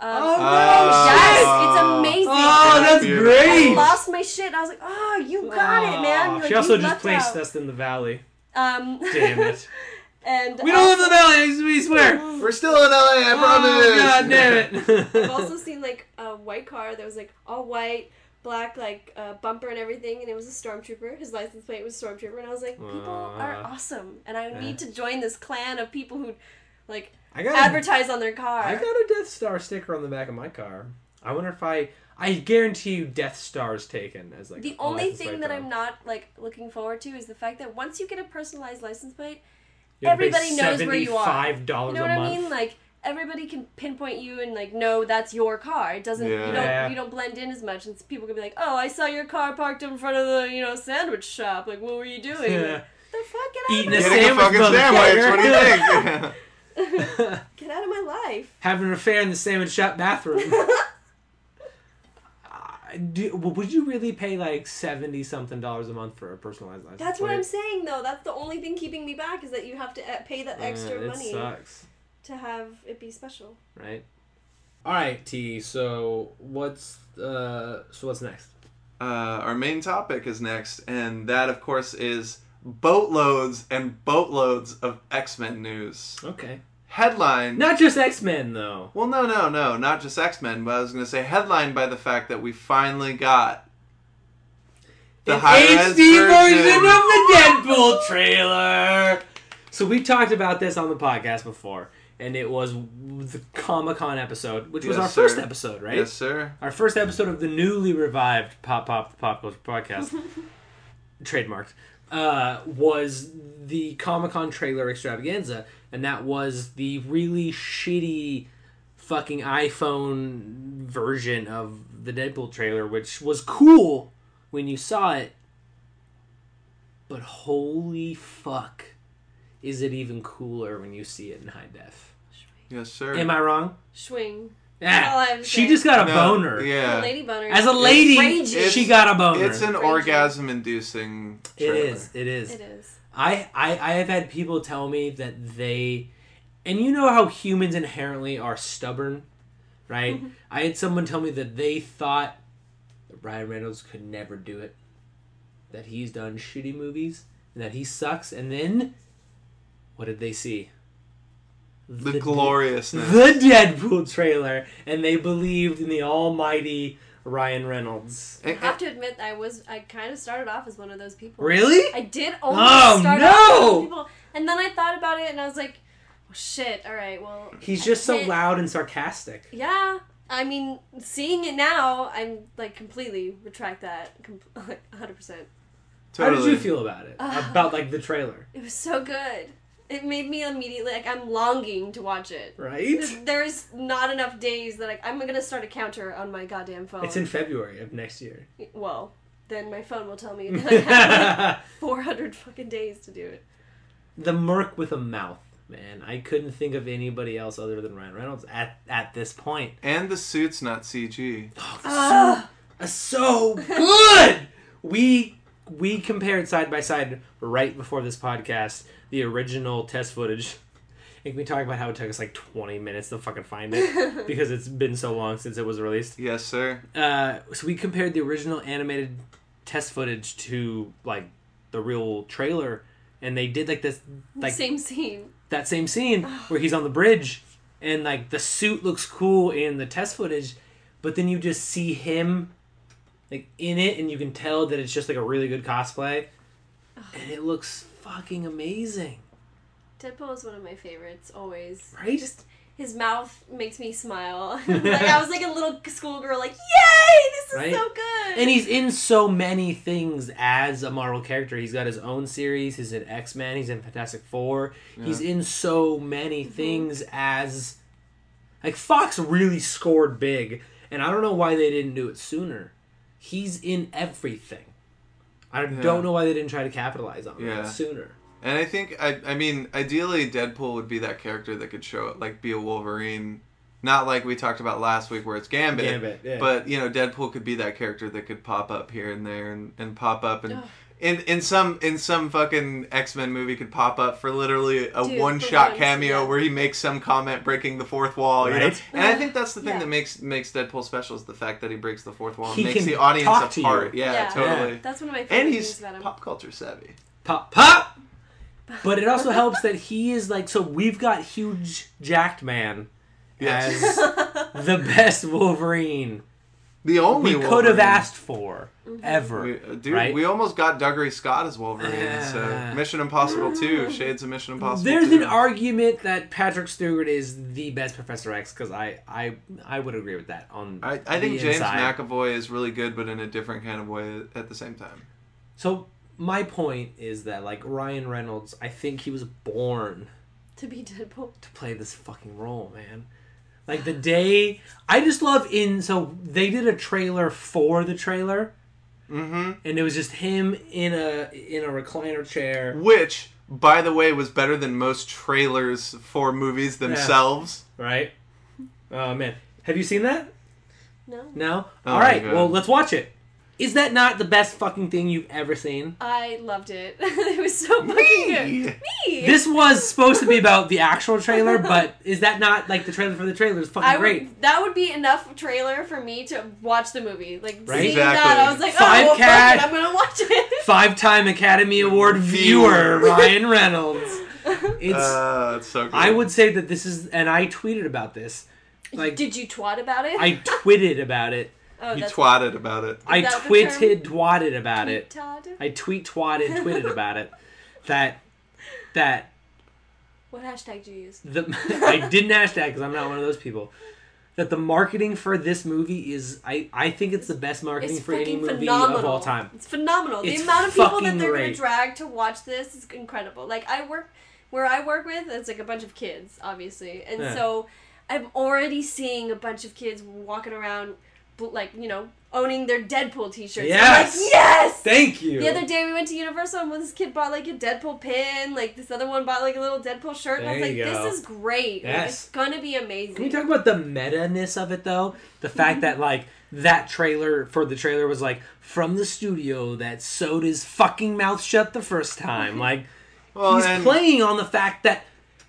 Speaker 3: Um,
Speaker 1: Oh, no,
Speaker 3: yes,
Speaker 2: shit.
Speaker 3: it's amazing.
Speaker 1: Oh,
Speaker 3: And
Speaker 1: that's
Speaker 2: Beautiful.
Speaker 3: I
Speaker 1: great.
Speaker 3: lost my shit. I was like, oh, you got it, man.
Speaker 1: Aw,
Speaker 3: Like,
Speaker 1: she also
Speaker 3: you
Speaker 1: just
Speaker 3: lucked
Speaker 1: placed
Speaker 3: out.
Speaker 1: us in the valley.
Speaker 3: Um,
Speaker 1: Damn it.
Speaker 3: *laughs* and
Speaker 1: we don't live in the valley. We
Speaker 3: *laughs*
Speaker 1: swear.
Speaker 2: We're still in LA, I
Speaker 1: Oh,
Speaker 2: promise.
Speaker 1: God
Speaker 2: *laughs*
Speaker 1: damn it.
Speaker 3: I've also seen like a white car that was like all white, black like uh, bumper and everything, and it was a stormtrooper. His license plate was stormtrooper, and I was like, people are
Speaker 1: Wow.
Speaker 3: awesome, and I
Speaker 1: Uh. Yeah.
Speaker 3: need to join this clan of people who, like,
Speaker 1: *laughs* I got. a-
Speaker 3: advertise on their car.
Speaker 1: I got a Death Star sticker on the back of my car. I wonder if I. I guarantee you, Death Star's taken as like
Speaker 3: The
Speaker 1: a
Speaker 3: only
Speaker 1: license
Speaker 3: thing
Speaker 1: plate
Speaker 3: that
Speaker 1: though.
Speaker 3: I'm not like looking forward to is the fact that once you get a personalized license plate,
Speaker 1: You have to pay
Speaker 3: everybody knows where you are.
Speaker 1: Seventy-five
Speaker 3: you
Speaker 1: dollars
Speaker 3: know
Speaker 1: a
Speaker 3: what I
Speaker 1: month.
Speaker 3: mean? Like everybody can pinpoint you and like know that's your car. It doesn't you
Speaker 2: Yeah.
Speaker 3: don't you don't blend in as much, and s- people can be like, "Oh, I saw your car parked in front of the you know sandwich shop. Like, what were you
Speaker 1: *laughs*
Speaker 3: doing?
Speaker 1: Yeah.
Speaker 3: The fuck get out
Speaker 1: Eating
Speaker 3: of
Speaker 1: a
Speaker 3: my,
Speaker 2: Getting a
Speaker 1: Sandwich,
Speaker 2: fucking sandwich. What do you
Speaker 1: *laughs*
Speaker 2: think? *laughs*
Speaker 3: get out of my life."
Speaker 1: having an affair in the sandwich shop
Speaker 3: *laughs*
Speaker 1: bathroom. I do, well, would you really pay like seventy something dollars a month for a personalized license?
Speaker 3: That's what
Speaker 1: plate?
Speaker 3: I'm saying though. That's the only thing keeping me back is that you have to uh, pay that
Speaker 1: Yeah,
Speaker 3: extra
Speaker 1: it
Speaker 3: money
Speaker 1: sucks,
Speaker 3: to have it be special.
Speaker 1: right? All right, T. So what's uh, so what's next?
Speaker 2: uh, our main topic is next, and that, of course, is boatloads and boatloads of X Men news.
Speaker 1: Okay,
Speaker 2: Headline.
Speaker 1: not just X Men though.
Speaker 2: Well, no, no, no, not just X Men, but I was going to say headline by the fact that we finally got the
Speaker 1: An
Speaker 2: high-res
Speaker 1: HD version of
Speaker 2: version.
Speaker 1: the Deadpool trailer. So we talked about this on the podcast before, and it was the Comic Con episode, which was
Speaker 2: Yes,
Speaker 1: our first
Speaker 2: sir.
Speaker 1: episode, right?
Speaker 2: Yes, sir.
Speaker 1: our first episode of the newly revived Pop Pop Pop Culture Podcast, trademarked, uh, was the Comic Con trailer extravaganza, and that was the really shitty fucking iPhone version of the Deadpool trailer, which was cool when you saw it, but holy fuck, is it even cooler when you see it in high def?
Speaker 2: Yes, sir.
Speaker 1: Am I wrong?
Speaker 3: Swing. all I
Speaker 1: Yeah,
Speaker 3: have to
Speaker 1: she
Speaker 3: say.
Speaker 1: just got a
Speaker 2: No,
Speaker 1: boner.
Speaker 2: Yeah.
Speaker 3: Lady boner.
Speaker 1: As a
Speaker 3: is
Speaker 1: lady,
Speaker 3: raging.
Speaker 2: It's-
Speaker 1: she got a boner.
Speaker 2: It's an
Speaker 3: Crazy.
Speaker 2: orgasm-inducing.
Speaker 1: it
Speaker 2: trailer.
Speaker 1: is. It is.
Speaker 3: It is.
Speaker 1: I, I I have had people tell me that they, and you know how humans inherently are stubborn, right? I had someone tell me that they thought that Ryan Reynolds could never do it. that he's done shitty movies and that he sucks. And then, what did they see?
Speaker 2: The,
Speaker 1: dead-
Speaker 2: gloriousness.
Speaker 1: the Deadpool trailer, and they believed in the almighty Ryan Reynolds.
Speaker 3: I
Speaker 2: And-
Speaker 3: have to admit, I was I kind of started off as one of those people.
Speaker 1: eh. Really?
Speaker 3: I did only
Speaker 1: Oh,
Speaker 3: start
Speaker 1: no!
Speaker 3: off as one of those people, and then I thought about it, and I was like, well, shit. All right, well,
Speaker 1: He's just so
Speaker 3: Yeah.
Speaker 1: loud and sarcastic.
Speaker 3: yeah. I mean, seeing it now, I'm like completely retract that, com- *laughs* like 100. percent
Speaker 2: totally.
Speaker 1: How did you feel about it?
Speaker 3: Uh.
Speaker 1: about like the trailer,
Speaker 3: It was so good. It made me immediately like I'm longing to watch it.
Speaker 1: right?
Speaker 3: *laughs* There's not enough days that like I'm gonna start a counter on my goddamn phone.
Speaker 1: It's in February of next year.
Speaker 3: well, then my phone will tell me
Speaker 1: *laughs*
Speaker 3: that I have *laughs* like, *laughs*
Speaker 1: the
Speaker 3: 400 fucking days to do
Speaker 1: *laughs*
Speaker 3: it.
Speaker 1: Merc with a mouth, man. I couldn't think of anybody else other than Ryan Reynolds at at this point.
Speaker 2: And the suit's not CG.
Speaker 1: Oh,
Speaker 3: Ah.
Speaker 1: so, uh, so good. We we compared side by side right before this podcast the original test footage. And we talk about how it took us like 20 minutes to fucking find
Speaker 3: *laughs*
Speaker 1: it because it's been so long since it was released.
Speaker 2: Yes, sir.
Speaker 1: Uh, so we compared the original animated test footage to like the real trailer, and they did like this like
Speaker 3: Same scene.
Speaker 1: that same
Speaker 3: *sighs*
Speaker 1: scene where he's on the bridge and like the suit looks cool in the test footage, but then you just see him like in it and you can tell that it's just like a really good cosplay. And it looks fucking amazing.
Speaker 3: Deadpool is one of my favorites always.
Speaker 1: Right?
Speaker 3: Just his mouth makes me smile.
Speaker 1: *laughs*
Speaker 3: like I was like a little schoolgirl, like yay, this is
Speaker 1: Right?
Speaker 3: so good.
Speaker 1: And he's in so many things as a Marvel character. He's got his own series. He's in X Men. He's in Fantastic Four. He's in so many things as. Like, Fox really scored big, and I don't know why they didn't do it sooner. He's in everything. I don't know why they didn't try to capitalize on
Speaker 2: Yeah.
Speaker 1: that sooner.
Speaker 2: And I think I I mean ideally Deadpool would be that character that could show it like be a Wolverine, not like we talked about last week where it's Gambit.
Speaker 1: Gambit, yeah.
Speaker 2: But you know Deadpool could be that character that could pop up here and there and, and pop up and
Speaker 3: Ugh.
Speaker 2: in in some in some fucking X Men movie could pop up for literally a
Speaker 3: Dude,
Speaker 2: one
Speaker 3: for
Speaker 2: shot
Speaker 3: once,
Speaker 2: cameo
Speaker 3: yeah.
Speaker 2: where he makes some comment breaking the fourth wall. You know?
Speaker 1: Right.
Speaker 2: And I think that's the thing
Speaker 3: Yeah.
Speaker 2: that makes makes Deadpool special is the fact that he breaks the fourth wall and
Speaker 1: He
Speaker 2: makes
Speaker 1: can
Speaker 2: the audience
Speaker 1: talk to you.
Speaker 2: apart. Yeah,
Speaker 3: Yeah.
Speaker 2: totally.
Speaker 3: That's one of my favorite
Speaker 2: And he's
Speaker 3: things about him.
Speaker 2: pop culture savvy.
Speaker 1: Pop, pop! But it also helps that he is like, so we've got huge jacked man as the best Wolverine.
Speaker 2: The
Speaker 1: we
Speaker 2: only
Speaker 1: could have
Speaker 2: Wolverine.
Speaker 1: asked for ever.
Speaker 2: We, uh, dude,
Speaker 1: right?
Speaker 2: we almost got Dougherty Scott as Wolverine.
Speaker 1: Yeah.
Speaker 2: So Mission Impossible Two, Shades of Mission Impossible.
Speaker 1: There's
Speaker 2: 2.
Speaker 1: an argument that Patrick Stewart is the best Professor X because I, I I would agree with that on
Speaker 2: I, I think
Speaker 1: the
Speaker 2: James
Speaker 1: inside.
Speaker 2: McAvoy is really good, but in a different kind of way at the same time.
Speaker 1: So my point is that like Ryan Reynolds, I think he was born
Speaker 3: to be Deadpool.
Speaker 1: to play this fucking role, man. Like the day I just love in so they did a trailer for the trailer
Speaker 2: Mm-hmm.
Speaker 1: and it was just him in a in a recliner chair.
Speaker 2: Which, by the way, was better than most trailers for movies themselves.
Speaker 1: Right? Oh man. Have you seen that?
Speaker 3: No.
Speaker 1: No?
Speaker 2: Oh
Speaker 1: All right.
Speaker 2: my God.
Speaker 1: Well, let's watch it. Is that not the best fucking thing you've ever seen?
Speaker 3: I loved it. *laughs* it was so fucking good.
Speaker 2: Me!
Speaker 3: Me!
Speaker 1: This was supposed to be about the actual
Speaker 3: *laughs*
Speaker 1: trailer, but is that not like the trailer for the trailer? It's fucking
Speaker 3: I
Speaker 1: great.
Speaker 3: Would, that would be enough trailer for me to watch the movie. Like
Speaker 1: Right?
Speaker 3: seeing that,
Speaker 2: Exactly.
Speaker 3: I was like,
Speaker 1: Five
Speaker 3: oh, well, fuck
Speaker 1: cat-
Speaker 3: it, I'm gonna watch it.
Speaker 1: Five-time Academy Award viewer
Speaker 2: Viewer.
Speaker 1: Ryan
Speaker 3: *laughs*
Speaker 1: Reynolds. It's.
Speaker 2: Uh, it's so good.
Speaker 1: I would say that this is, and I tweeted about this. *laughs* Like
Speaker 3: Did you twat about it?
Speaker 1: I tweeted about
Speaker 3: *laughs*
Speaker 1: it.
Speaker 3: oh,
Speaker 2: You
Speaker 3: that's
Speaker 2: twatted about it.
Speaker 1: I
Speaker 3: that the term?
Speaker 1: twitted twatted about it.
Speaker 3: Todd.
Speaker 1: I tweet twatted twitted about
Speaker 3: *laughs*
Speaker 1: it. That that
Speaker 3: What hashtag do you use?
Speaker 1: the *laughs* I didn't hashtag because I'm not one of those people. That the marketing for this movie is, I, I think it's the best marketing
Speaker 3: It's
Speaker 1: for any
Speaker 3: fucking
Speaker 1: movie
Speaker 3: phenomenal.
Speaker 1: of all time.
Speaker 3: It's phenomenal.
Speaker 1: It's
Speaker 3: the amount of people
Speaker 1: fucking
Speaker 3: that they're
Speaker 1: great.
Speaker 3: gonna drag to watch this is incredible. Like I work where I work with, it's like a bunch of kids, obviously, and
Speaker 1: Yeah.
Speaker 3: so I'm already seeing a bunch of kids walking around, bl- like you know, owning their Deadpool T-shirts.
Speaker 1: Yes!
Speaker 3: I'm like, yes.
Speaker 1: Thank you.
Speaker 3: The other day we went to Universal and this kid bought like a Deadpool pin, like this other one bought like a little Deadpool shirt, and I
Speaker 1: There
Speaker 3: was like,
Speaker 1: you go.
Speaker 3: this is great. Like,
Speaker 1: Yes.
Speaker 3: it's gonna be amazing.
Speaker 1: Can we talk about the meta ness of it though? The fact that like that trailer for the trailer was like from the studio that sewed his fucking mouth shut the first
Speaker 3: *laughs*
Speaker 1: time. Like
Speaker 2: Well,
Speaker 1: he's
Speaker 2: and
Speaker 1: playing on the fact that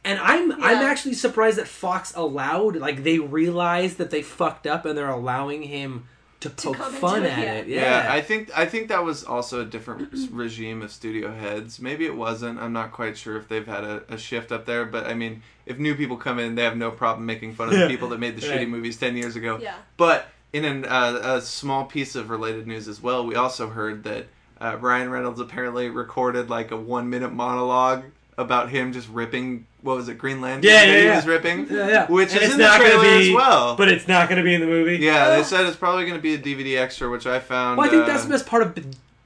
Speaker 1: and I'm I'm
Speaker 3: Yeah.
Speaker 1: actually surprised that Fox allowed like they realized that they fucked up and they're allowing him to poke
Speaker 3: comment
Speaker 1: fun
Speaker 3: on it,
Speaker 1: at
Speaker 3: yeah.
Speaker 1: it.
Speaker 2: Yeah.
Speaker 1: Yeah.
Speaker 2: I think I think that was also a
Speaker 1: *clears throat*
Speaker 2: different s- regime of studio heads. Maybe it wasn't. I'm not quite sure if they've had a, a shift up there. But I mean, if new people come in, they have no problem making fun of the
Speaker 1: Yeah.
Speaker 2: people that made the
Speaker 1: *laughs* Right.
Speaker 2: shitty movies ten years ago.
Speaker 3: Yeah.
Speaker 2: But in an, uh, a small piece of related news as well, we also heard that uh, Ryan Reynolds apparently recorded like a one minute monologue about him just ripping. What was it, Green Lantern?
Speaker 1: Yeah,
Speaker 2: that
Speaker 1: yeah,
Speaker 2: he
Speaker 1: yeah.
Speaker 2: was ripping.
Speaker 1: Yeah, yeah.
Speaker 2: Which
Speaker 1: And
Speaker 2: is
Speaker 1: it's
Speaker 2: in the
Speaker 1: not gonna
Speaker 2: trailer
Speaker 1: be-
Speaker 2: as well.
Speaker 1: But it's not going to be in the movie.
Speaker 2: Yeah, they said it's probably going to be a DVD extra, which I found.
Speaker 1: Oh. Well, I think
Speaker 2: uh,
Speaker 1: that's the best part of.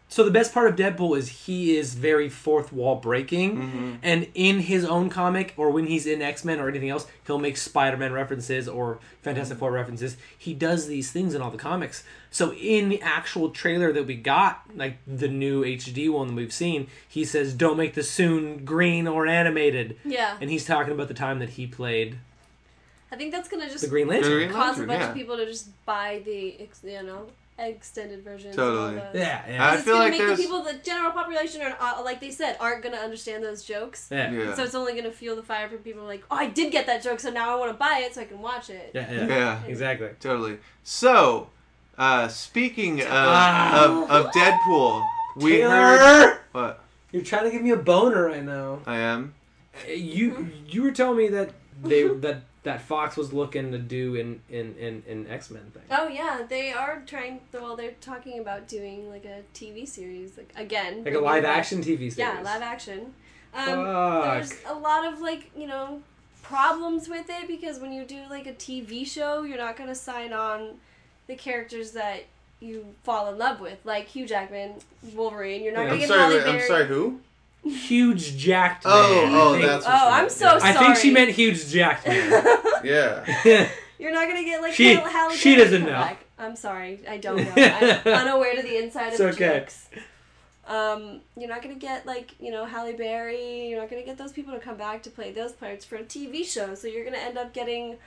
Speaker 1: So the best part of Deadpool is he is very fourth wall breaking,
Speaker 2: Mm-hmm.
Speaker 1: and in his own comic or when he's in X Men or anything else, he'll make Spider Man references or Fantastic Four references. He does these things in all the comics. So in the actual trailer that we got, like the new HD one that we've seen, he says, "Don't make the soon green or animated,"
Speaker 3: Yeah.
Speaker 1: and he's talking about the time that he played
Speaker 3: I think that's gonna just
Speaker 1: the Green Lantern.
Speaker 2: Green
Speaker 3: cause a
Speaker 2: Lantern,
Speaker 3: bunch
Speaker 2: yeah.
Speaker 3: of people to just buy the ex- you know extended version.
Speaker 2: Totally.
Speaker 1: Yeah,
Speaker 2: I
Speaker 1: yeah,
Speaker 3: it's
Speaker 2: feel
Speaker 3: gonna
Speaker 2: like
Speaker 3: make
Speaker 2: there's-
Speaker 3: the people, the general population, are uh, like they said, aren't gonna understand those jokes.
Speaker 1: yeah, yeah.
Speaker 2: Yeah.
Speaker 3: So it's only gonna fuel the fire from people like, oh, I did get that joke, so now I want to buy it so I can watch it.
Speaker 1: yeah.
Speaker 2: Yeah,
Speaker 1: Exactly.
Speaker 2: totally. So, uh, speaking of,
Speaker 1: Ah.
Speaker 2: of of Deadpool, we heard
Speaker 1: Taylor!
Speaker 2: what
Speaker 1: You're trying to give me a boner right now.
Speaker 2: I am.
Speaker 1: You you were telling me that they that that Fox was looking to do an an, an, an X Men thing.
Speaker 3: Oh yeah, they are trying. Well, they're talking about doing like a TV series like, again,
Speaker 1: Like a live action TV series.
Speaker 3: Yeah, live action. Um, there's
Speaker 1: Fuck.
Speaker 3: a lot of like you know problems with it because when you do like a TV show, you're not gonna sign on the characters that you fall in love with, like Hugh Jackman, Wolverine. You're not
Speaker 1: Yeah.
Speaker 3: gonna
Speaker 1: I'm
Speaker 3: get Holly Berry.
Speaker 2: Who?
Speaker 1: Huge jacked man.
Speaker 2: Oh, oh,
Speaker 1: I think-
Speaker 2: that's-
Speaker 3: Oh, I'm so
Speaker 2: I
Speaker 3: sorry.
Speaker 1: I think she meant huge jacked man.
Speaker 3: *laughs*
Speaker 2: Yeah.
Speaker 3: You're not gonna get like
Speaker 1: She-
Speaker 3: Hal- Halle
Speaker 1: she
Speaker 3: Berry
Speaker 1: doesn't
Speaker 3: come
Speaker 1: know.
Speaker 3: back. I'm sorry,
Speaker 1: *laughs*
Speaker 3: I don't know. I'm unaware to the inside
Speaker 1: It's
Speaker 3: of
Speaker 1: okay.
Speaker 3: jokes. Um, you're not gonna get like you know Halle Berry. You're not gonna get those people to come back to play those parts for a TV show. So you're gonna end up getting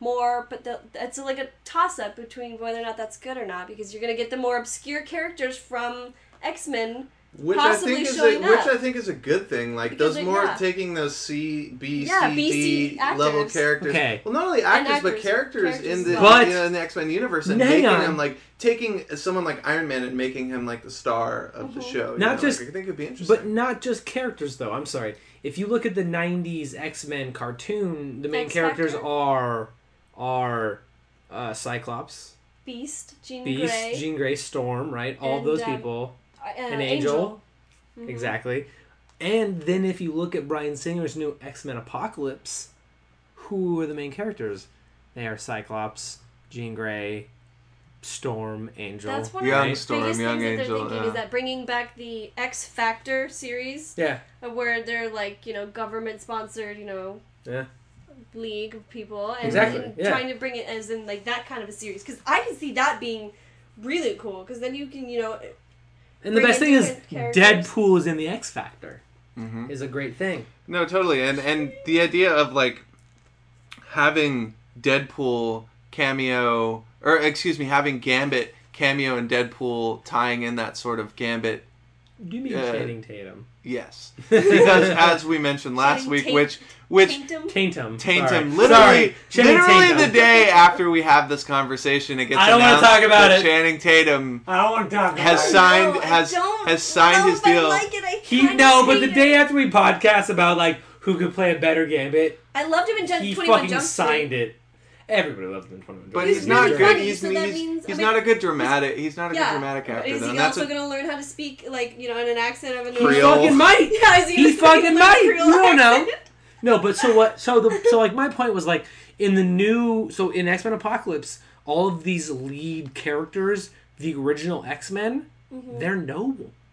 Speaker 3: more, but the, it's like a toss up between whether or not that's good or not because you're gonna get the more obscure characters from X Men.
Speaker 2: Which
Speaker 3: Possibly
Speaker 2: I think is a,
Speaker 3: showing
Speaker 2: which
Speaker 3: up.
Speaker 2: I think is a good thing. Like those
Speaker 3: Because they're
Speaker 2: more
Speaker 3: not.
Speaker 2: taking those C B C D
Speaker 3: Yeah, BC
Speaker 2: level
Speaker 3: actors.
Speaker 2: characters.
Speaker 1: Okay.
Speaker 2: Well, not only actors, but
Speaker 3: actors.
Speaker 2: characters,
Speaker 3: Characters
Speaker 2: in
Speaker 3: as
Speaker 2: the
Speaker 1: well. But-
Speaker 2: you know, in the X Men universe and
Speaker 1: Hang
Speaker 2: making
Speaker 1: on.
Speaker 2: him like taking someone like Iron Man and making him like the star of the
Speaker 3: Mhm.
Speaker 2: show. you
Speaker 1: Not
Speaker 2: know,
Speaker 1: just-
Speaker 2: like, I think it'd be interesting.
Speaker 1: But not just characters though. I'm sorry. If you look at the '90s X-Men cartoon, the main
Speaker 3: X
Speaker 1: characters
Speaker 3: Factor?
Speaker 1: are are uh, Cyclops,
Speaker 3: Beast, Jean
Speaker 1: Beast,
Speaker 3: Grey,
Speaker 1: Jean Grey, Storm, right? All
Speaker 3: And,
Speaker 1: those
Speaker 3: um,
Speaker 1: people.
Speaker 3: uh, Mm-hmm.
Speaker 1: an angel. Exactly. And then if you look at Brian Singer's new X Men Apocalypse, who are the main characters? They are Cyclops, Jean Grey, Storm, Angel.
Speaker 3: That's one
Speaker 2: Young
Speaker 3: of the
Speaker 2: Storm,
Speaker 3: biggest
Speaker 2: Young
Speaker 3: things that
Speaker 2: Angel,
Speaker 3: they're thinking
Speaker 2: yeah.
Speaker 3: is that bringing back the X Factor series,
Speaker 1: yeah,
Speaker 3: uh, where they're like you know government sponsored you know
Speaker 1: yeah.
Speaker 3: league of people and,
Speaker 1: Exactly,
Speaker 3: and
Speaker 1: yeah.
Speaker 3: trying to bring it as in like that kind of a series because I can see that being really cool because then you can you know
Speaker 1: And the
Speaker 3: Bring
Speaker 1: best
Speaker 3: in
Speaker 1: thing is
Speaker 3: different characters.
Speaker 1: Deadpool is in the X Factor.
Speaker 2: Mm-hmm.
Speaker 1: Is a great thing.
Speaker 2: No, totally. And and the idea of like having Deadpool cameo or excuse me, having Gambit cameo and Deadpool tying in that sort of Gambit
Speaker 1: Do you mean
Speaker 2: Yeah.
Speaker 1: Channing *laughs*
Speaker 2: *laughs*
Speaker 1: Tatum?
Speaker 2: yes. Because as we mentioned last
Speaker 3: Channing
Speaker 2: week,
Speaker 3: Tate-
Speaker 2: which which
Speaker 3: Kingdom.
Speaker 1: Taintum.
Speaker 2: Taintum
Speaker 1: Sorry.
Speaker 2: literally
Speaker 1: Sorry. Channing
Speaker 2: literally
Speaker 1: Tatum.
Speaker 2: the day after we have this conversation it gets
Speaker 1: I don't wanna
Speaker 2: announced
Speaker 1: talk about
Speaker 2: that
Speaker 1: it.
Speaker 2: Channing Tatum
Speaker 1: I don't want to talk about
Speaker 2: has
Speaker 1: it.
Speaker 2: signed
Speaker 3: No, I
Speaker 2: has
Speaker 3: don't
Speaker 2: has signed
Speaker 3: know
Speaker 2: his
Speaker 3: if I
Speaker 2: deal.
Speaker 3: like it. I
Speaker 1: He
Speaker 3: kinda
Speaker 1: no, but
Speaker 3: hate
Speaker 1: the
Speaker 3: it.
Speaker 1: day after we podcast about like who could play a better Gambit,
Speaker 3: I loved him in Gen-
Speaker 1: he
Speaker 3: 21
Speaker 1: fucking
Speaker 3: Jump Street.
Speaker 1: signed it. Everybody loves him in 21
Speaker 2: but
Speaker 1: Jump
Speaker 2: he's,
Speaker 3: He's
Speaker 2: not
Speaker 3: really
Speaker 2: good.
Speaker 3: funny,
Speaker 2: he's
Speaker 3: so that
Speaker 2: he's,
Speaker 3: means- I
Speaker 2: he's
Speaker 3: mean-
Speaker 2: not a good dramatic. He's not a
Speaker 3: Yeah.
Speaker 2: good dramatic actor.
Speaker 3: Is
Speaker 2: though,
Speaker 3: he
Speaker 2: and that's
Speaker 3: also
Speaker 2: a-
Speaker 3: gonna learn how to speak like you know in an accent of a
Speaker 1: He
Speaker 2: Creole.
Speaker 1: fucking might.
Speaker 3: *laughs* Yeah, is he,
Speaker 1: He
Speaker 3: gonna speak
Speaker 1: fucking
Speaker 3: like
Speaker 1: might.
Speaker 3: a Creole
Speaker 1: You don't know.
Speaker 3: accent?
Speaker 1: No, but so what? So the so like my point was like in the new so in X Men Apocalypse, all of these lead characters, the original X Men,
Speaker 3: Mm-hmm.
Speaker 1: they're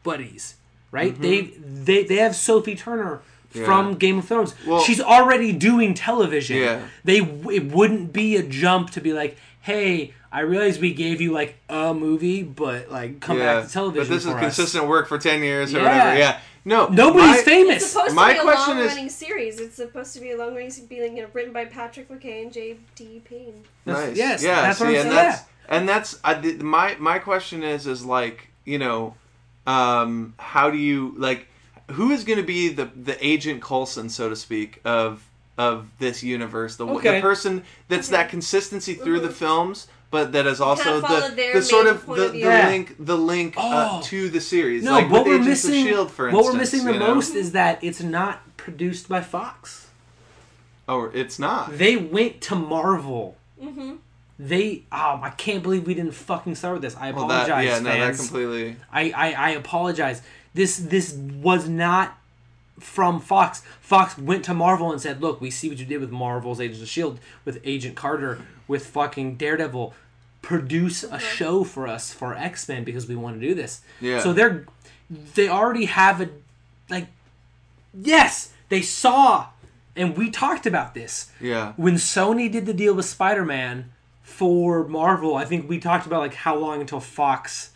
Speaker 1: nobodies, right? They they they have Sophie Turner
Speaker 2: Mm-hmm. Yeah.
Speaker 1: from Game of Thrones.
Speaker 2: Well-
Speaker 1: She's already doing television.
Speaker 2: Yeah.
Speaker 1: They it wouldn't be a jump to be like, hey, I realize we gave you like a movie, but like come back to television.
Speaker 2: But this is
Speaker 1: for us."
Speaker 2: consistent work for ten years or
Speaker 1: Yeah.
Speaker 2: whatever. Yeah. No.
Speaker 1: Nobody's
Speaker 2: my-
Speaker 1: famous.
Speaker 3: It's supposed
Speaker 2: My
Speaker 3: to be a
Speaker 2: question is-
Speaker 3: long-running series. It's supposed to be a long-running series being you know, written by Patrick McKay and J.D. Payne.
Speaker 1: That's-
Speaker 2: Nice.
Speaker 1: yes,
Speaker 2: Yeah.
Speaker 1: that's
Speaker 2: see,
Speaker 1: what I'm
Speaker 2: and
Speaker 1: saying.
Speaker 2: that's and that's I, did- my my question is is like you know, um, how do you like who is going to be the the agent Coulson so to speak of of this universe the, the
Speaker 1: Okay.
Speaker 2: person that's that consistency through the films but that is also
Speaker 3: Mm-hmm. kinda follow
Speaker 2: the,
Speaker 3: their
Speaker 2: the sort
Speaker 3: main
Speaker 2: of
Speaker 3: point
Speaker 2: the,
Speaker 3: of
Speaker 2: the
Speaker 3: view.
Speaker 1: Yeah.
Speaker 2: link the link uh,
Speaker 1: Oh.
Speaker 2: to the series.
Speaker 1: No,
Speaker 2: like
Speaker 1: what
Speaker 2: with
Speaker 1: we're
Speaker 2: Agents
Speaker 1: missing,
Speaker 2: of Shield, E for
Speaker 1: what
Speaker 2: instance,
Speaker 1: we're missing the
Speaker 2: you know?
Speaker 1: most is that it's not produced by Fox.
Speaker 2: Oh, it's not.
Speaker 1: They went to Marvel.
Speaker 3: Mm-hmm.
Speaker 1: They, oh, I can't believe we didn't fucking start with this. I
Speaker 2: Well,
Speaker 1: apologize,
Speaker 2: that yeah, no, that
Speaker 1: fans.
Speaker 2: completely.
Speaker 1: I, I, I apologize. This this was not from Fox. Fox went to Marvel and said, "Look, we see what you did with Marvel's Agents of Shield, E with Agent Carter, with fucking Daredevil. Produce a show for us for X Men because we want to do this."
Speaker 2: Yeah.
Speaker 1: So they're they already have a like yes they saw and we talked about this
Speaker 2: Yeah.
Speaker 1: when Sony did the deal with Spider Man for Marvel, I think we talked about like how long until Fox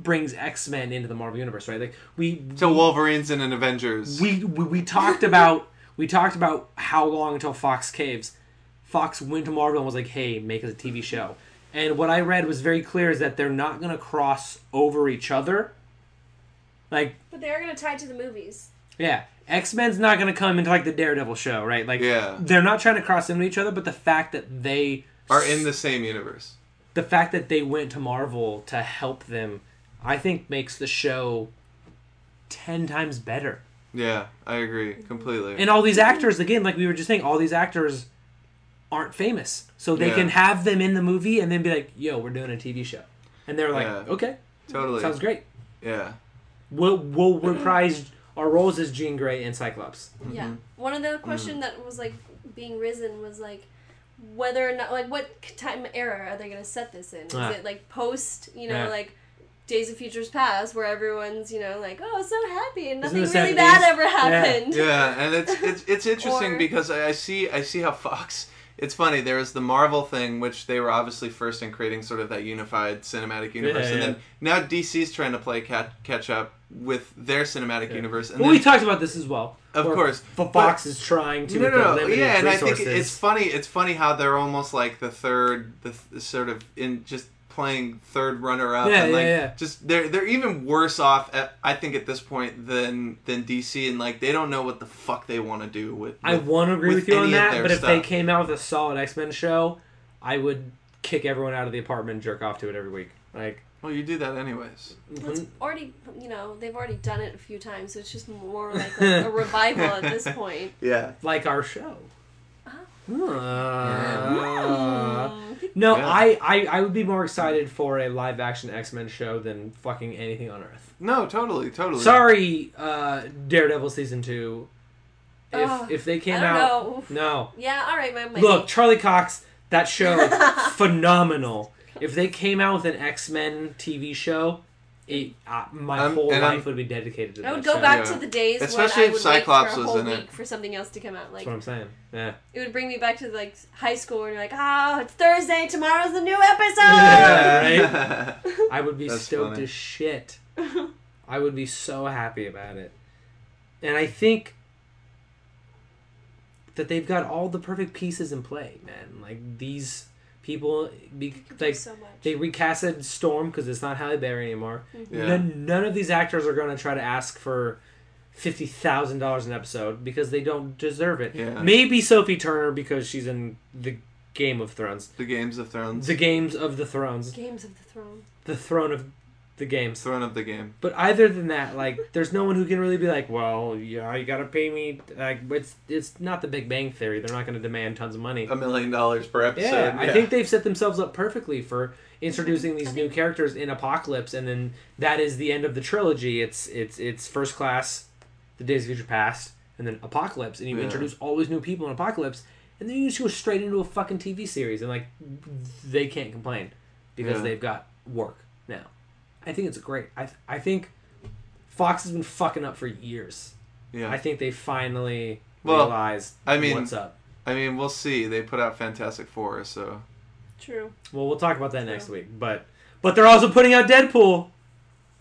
Speaker 1: brings X Men into the Marvel universe, right? Like we
Speaker 2: So Wolverines and an Avengers.
Speaker 1: we we, we talked about we talked about how long until Fox caves. Fox went to Marvel and was like, "Hey, make us a TV show." And what I read was very clear is that they're not going to cross over each other. Like,
Speaker 3: But they are going to tie it to the movies.
Speaker 1: yeah, X Men's not going to come into like the Daredevil show, right? Like,
Speaker 2: Yeah.
Speaker 1: they're not trying to cross into each other. But the fact that they
Speaker 2: are in the same universe.
Speaker 1: the fact that they went to Marvel to help them, I think makes the show ten times better.
Speaker 2: Yeah, I agree completely.
Speaker 1: And all these actors, again, like we were just saying, all these actors aren't famous, so they
Speaker 2: Yeah.
Speaker 1: can have them in the movie and then be like, "Yo, we're doing a TV show," and they're like,
Speaker 2: Yeah.
Speaker 1: "Okay,
Speaker 2: totally.
Speaker 1: sounds great."
Speaker 2: Yeah.
Speaker 1: We'll we'll reprise our roles as Jean Grey and Cyclops.
Speaker 3: Yeah.
Speaker 2: Mm-hmm.
Speaker 3: One of the question that was like being risen was like whether or not like what c- time era are they going to set this in? Is
Speaker 1: Ah.
Speaker 3: it like post, you know,
Speaker 1: Yeah.
Speaker 3: like Days of Futures Past where everyone's, you know, like, "Oh, so happy and nothing
Speaker 1: Isn't it
Speaker 3: really
Speaker 1: 70s?
Speaker 3: bad ever
Speaker 1: Yeah.
Speaker 3: happened."
Speaker 2: Yeah, and it's it's it's interesting
Speaker 3: Or-
Speaker 2: because I, I see I see how Fox. It's funny. There was the Marvel thing, which they were obviously first in creating sort of that unified cinematic universe, and
Speaker 1: yeah.
Speaker 2: then now DC's trying to play catch, catch up with their cinematic universe. And
Speaker 1: Well,
Speaker 2: then,
Speaker 1: we talked about this as well.
Speaker 2: Of
Speaker 1: where
Speaker 2: course,
Speaker 1: F-
Speaker 2: but-
Speaker 1: Fox is trying to
Speaker 2: no,
Speaker 1: with their
Speaker 2: no, no.
Speaker 1: limited
Speaker 2: Yeah, and
Speaker 1: resources.
Speaker 2: I think it's funny. It's funny how they're almost like the third, the th- sort of in just playing third runner up.
Speaker 1: Yeah,
Speaker 2: and
Speaker 1: yeah,
Speaker 2: like
Speaker 1: yeah.
Speaker 2: Just they're they're even worse off. At, I think at this point than than DC, and like they don't know what the fuck they want to do with.
Speaker 1: I
Speaker 2: with-
Speaker 1: want to agree with,
Speaker 2: with
Speaker 1: you on
Speaker 2: any of
Speaker 1: that,
Speaker 2: their
Speaker 1: but if they
Speaker 2: stuff.
Speaker 1: came out with a solid X Men show, I would kick everyone out of the apartment and jerk off to it every week. Like,
Speaker 2: Well, you do that anyways.
Speaker 3: Well, it's
Speaker 2: Mm-hmm.
Speaker 3: already, you know, they've already done it a few times, so it's just more like a, a revival at this
Speaker 2: *laughs*
Speaker 3: point.
Speaker 2: Yeah.
Speaker 1: like our show.
Speaker 2: Ah. Uh-huh.
Speaker 1: Uh,
Speaker 3: Mm.
Speaker 1: no,
Speaker 2: Yeah.
Speaker 1: I, I, I would be more excited for a live action X Men show than fucking anything on earth.
Speaker 2: No, totally, totally. *laughs*
Speaker 1: Sorry, uh, Daredevil season two. If
Speaker 3: Ugh,
Speaker 1: if they came
Speaker 3: I don't
Speaker 1: out,
Speaker 3: know.
Speaker 1: no.
Speaker 3: Yeah, all right, my money.
Speaker 1: Look, Charlie Cox, that show
Speaker 3: *laughs*
Speaker 1: phenomenal. If they came out with an X Men TV show, it, uh, my
Speaker 2: Um,
Speaker 1: whole
Speaker 2: and
Speaker 1: life
Speaker 2: I'm-
Speaker 1: would be dedicated to that.
Speaker 3: I would go
Speaker 1: show.
Speaker 3: back
Speaker 2: Yeah.
Speaker 3: to the days
Speaker 2: Especially
Speaker 3: when I
Speaker 2: if
Speaker 3: would
Speaker 2: Cyclops
Speaker 3: wait for a
Speaker 2: was
Speaker 3: whole
Speaker 2: in it.
Speaker 3: week for something else to come out. Like
Speaker 1: That's what I'm saying.
Speaker 3: *laughs*
Speaker 1: Yeah.
Speaker 3: it would bring me back to like high school, and you're like, "Oh, it's Thursday.
Speaker 1: *laughs*
Speaker 3: Tomorrow's the new
Speaker 1: Yeah.
Speaker 3: episode."
Speaker 1: right? I would be
Speaker 2: That's
Speaker 1: stoked
Speaker 2: funny.
Speaker 1: as
Speaker 3: *laughs*
Speaker 1: shit. I would be so happy about it. And I think that they've got all the perfect pieces in play, man. Like these people, be, like
Speaker 3: so much.
Speaker 1: they recasted Storm because it's not Halle Berry anymore.
Speaker 2: Yeah.
Speaker 1: None, none of these actors are going to try to ask for fifty thousand dollars an episode because they don't deserve it.
Speaker 2: Yeah.
Speaker 1: Maybe Sophie Turner because she's in the Game of Thrones,
Speaker 2: the Games of Thrones.
Speaker 1: the Games of the Thrones,
Speaker 3: Games of the Throne.
Speaker 1: the Throne of the Games.
Speaker 2: Throne of the game.
Speaker 1: But either than that, like, there's no one who can really be like, well, yeah, you gotta pay me. Like, it's it's not the Big Bang Theory. They're not gonna demand tons of money.
Speaker 2: A million dollars per episode.
Speaker 1: yeah, I think they've set themselves up perfectly for introducing these new characters in Apocalypse, and then that is the end of the trilogy. It's it's it's First Class, The Days of Future Past, and then Apocalypse, and you
Speaker 2: Yeah.
Speaker 1: introduce all these new people in Apocalypse, and then you just go straight into a fucking TV series, and like, they can't complain because
Speaker 2: Yeah.
Speaker 1: they've got work now. I think it's great. I I think Fox has been fucking up for years.
Speaker 2: Yeah.
Speaker 1: I think they finally
Speaker 2: Well,
Speaker 1: realized
Speaker 2: I mean-
Speaker 1: what's up.
Speaker 2: I mean, we'll see. They put out Fantastic Four, so
Speaker 3: True.
Speaker 1: Well, we'll talk about that next week. But but they're also putting out Deadpool.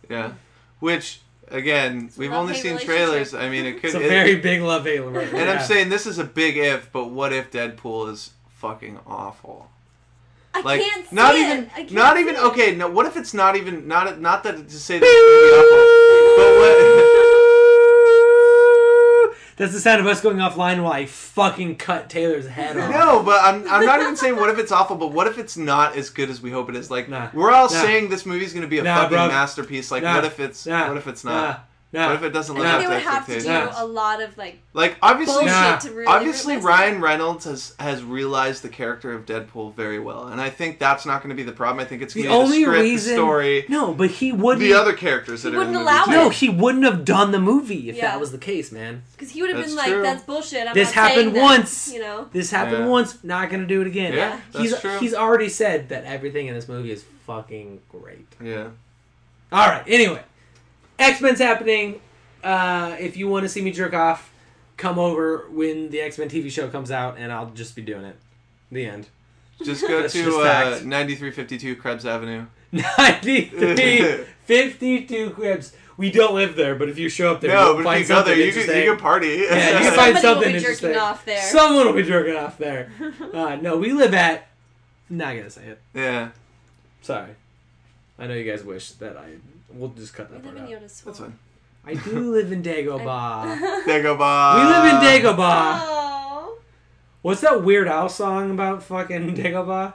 Speaker 2: yeah. Which again, we've
Speaker 3: love
Speaker 2: only
Speaker 3: hate
Speaker 2: seen
Speaker 3: relationship.
Speaker 2: trailers.
Speaker 1: *laughs*
Speaker 2: I mean, it could.
Speaker 1: It's a
Speaker 2: it-
Speaker 1: very big love hate. right
Speaker 2: and I'm
Speaker 1: now.
Speaker 2: saying this is a big if, but what if Deadpool is fucking awful?
Speaker 3: I
Speaker 2: Like
Speaker 3: can't see
Speaker 2: not
Speaker 3: it.
Speaker 2: even,
Speaker 3: I can't
Speaker 2: not
Speaker 3: see
Speaker 2: even.
Speaker 3: it.
Speaker 2: Okay, no. What if it's not even not not that to say that it's gonna be awful, but what?
Speaker 1: That's the sound of us going offline while I fucking cut Taylor's head *laughs* off.
Speaker 2: *laughs* No, but I'm, I'm not even saying what if it's awful, but what if it's not as good as we hope it is? Like
Speaker 1: Nah.
Speaker 2: we're all
Speaker 1: Nah.
Speaker 2: saying this movie's gonna be a
Speaker 1: Nah,
Speaker 2: fucking
Speaker 1: bro.
Speaker 2: masterpiece. Like
Speaker 1: Nah.
Speaker 2: what if it's
Speaker 1: Nah.
Speaker 2: what if it's not?
Speaker 1: Nah. Nah.
Speaker 2: What if it doesn't
Speaker 3: I
Speaker 2: live
Speaker 1: Yeah.
Speaker 3: think
Speaker 2: up
Speaker 3: they
Speaker 2: to
Speaker 3: would have to do
Speaker 2: expectations?
Speaker 1: Yeah.
Speaker 3: a lot of like
Speaker 2: Like obviously,
Speaker 3: bullshit
Speaker 1: Nah.
Speaker 3: to really
Speaker 2: obviously
Speaker 3: replace
Speaker 2: Ryan
Speaker 3: it.
Speaker 2: Reynolds has has realized the character of Deadpool very well, and I think that's not going to be the problem. I think it's
Speaker 1: The
Speaker 2: going to be
Speaker 1: only
Speaker 2: the script,
Speaker 1: reason.
Speaker 2: the story,
Speaker 1: No, but he wouldn't.
Speaker 2: the other characters that
Speaker 3: He
Speaker 2: are in the
Speaker 3: wouldn't allow
Speaker 2: movie. too.
Speaker 1: No, he wouldn't have done the movie if
Speaker 3: Yeah.
Speaker 1: that was the case, man.
Speaker 3: because he would have
Speaker 2: That's
Speaker 3: been like,
Speaker 2: true.
Speaker 3: "That's bullshit." I'm
Speaker 1: This
Speaker 3: not saying
Speaker 1: happened
Speaker 3: that,"
Speaker 1: once.
Speaker 3: you know.
Speaker 1: This happened
Speaker 2: Yeah.
Speaker 1: once. Not gonna do it again.
Speaker 2: Yeah, that's
Speaker 1: he's
Speaker 2: true.
Speaker 1: he's already said that everything in this movie is fucking great.
Speaker 2: Yeah.
Speaker 1: All right. Anyway, X Men's happening. Uh, if you want to see me jerk off, come over when the X Men TV show comes out, and I'll just be doing it. The
Speaker 2: *laughs*
Speaker 1: end.
Speaker 2: Just
Speaker 1: *laughs*
Speaker 2: go
Speaker 1: That's
Speaker 2: to
Speaker 1: just
Speaker 2: uh,
Speaker 1: fact.
Speaker 2: 9352 Krebs Avenue.
Speaker 1: 93, 52 cribs. We don't live there, but if you show up there, you'll
Speaker 2: no, but if
Speaker 1: find
Speaker 2: you go there,
Speaker 1: something
Speaker 2: you can,
Speaker 1: interesting.
Speaker 2: you can party. *laughs*
Speaker 1: Yeah, you
Speaker 3: Somebody
Speaker 1: find
Speaker 3: will
Speaker 1: something
Speaker 3: be jerking
Speaker 1: interesting.
Speaker 3: off there.
Speaker 1: Someone will be jerking off
Speaker 3: *laughs*
Speaker 1: there. Uh, no, we live at. Not gonna say it.
Speaker 2: Yeah,
Speaker 1: Sorry. I know you guys wish that I. We'll just cut
Speaker 3: We
Speaker 1: that
Speaker 3: live
Speaker 1: part
Speaker 3: in
Speaker 1: out.
Speaker 3: Yoda's Swamp. *laughs*
Speaker 2: that's fine.
Speaker 1: I do live in Dagobah. we
Speaker 2: Dagobah.
Speaker 1: live in Dagobah.
Speaker 3: Oh,
Speaker 1: What's that Weird Al song about fucking *laughs* Dagobah?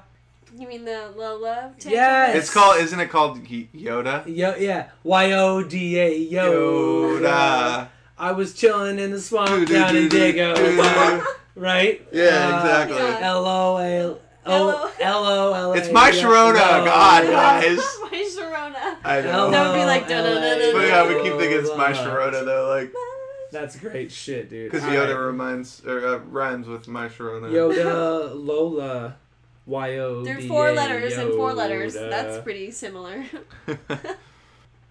Speaker 3: you mean the Lola? Tank
Speaker 1: Yes.
Speaker 3: top?
Speaker 2: It's called, isn't it called Y- Yoda?
Speaker 1: Yo, yeah. Y O D A Yoda. I was chilling in the swamp down in Dagobah. Right?
Speaker 2: *laughs* Yeah,
Speaker 1: Uh,
Speaker 2: exactly.
Speaker 3: yeah.
Speaker 1: L O L O L O L.
Speaker 2: It's my Sharona,
Speaker 3: *laughs*
Speaker 2: God, guys.
Speaker 3: My Sharona.
Speaker 2: *laughs* I know.
Speaker 3: That would be like, da-da-da-da-da.
Speaker 2: But yeah, we keep thinking it's my Sharona though, like
Speaker 1: That's great shit, dude.
Speaker 2: because
Speaker 1: All
Speaker 2: Yoda
Speaker 1: right.
Speaker 2: reminds or uh, rhymes with my Sharona.
Speaker 1: Yoda, Lola, Y O.
Speaker 3: There are
Speaker 1: D
Speaker 3: four
Speaker 1: A,
Speaker 3: letters and four letters.
Speaker 1: Yoda.
Speaker 3: That's pretty *laughs* similar.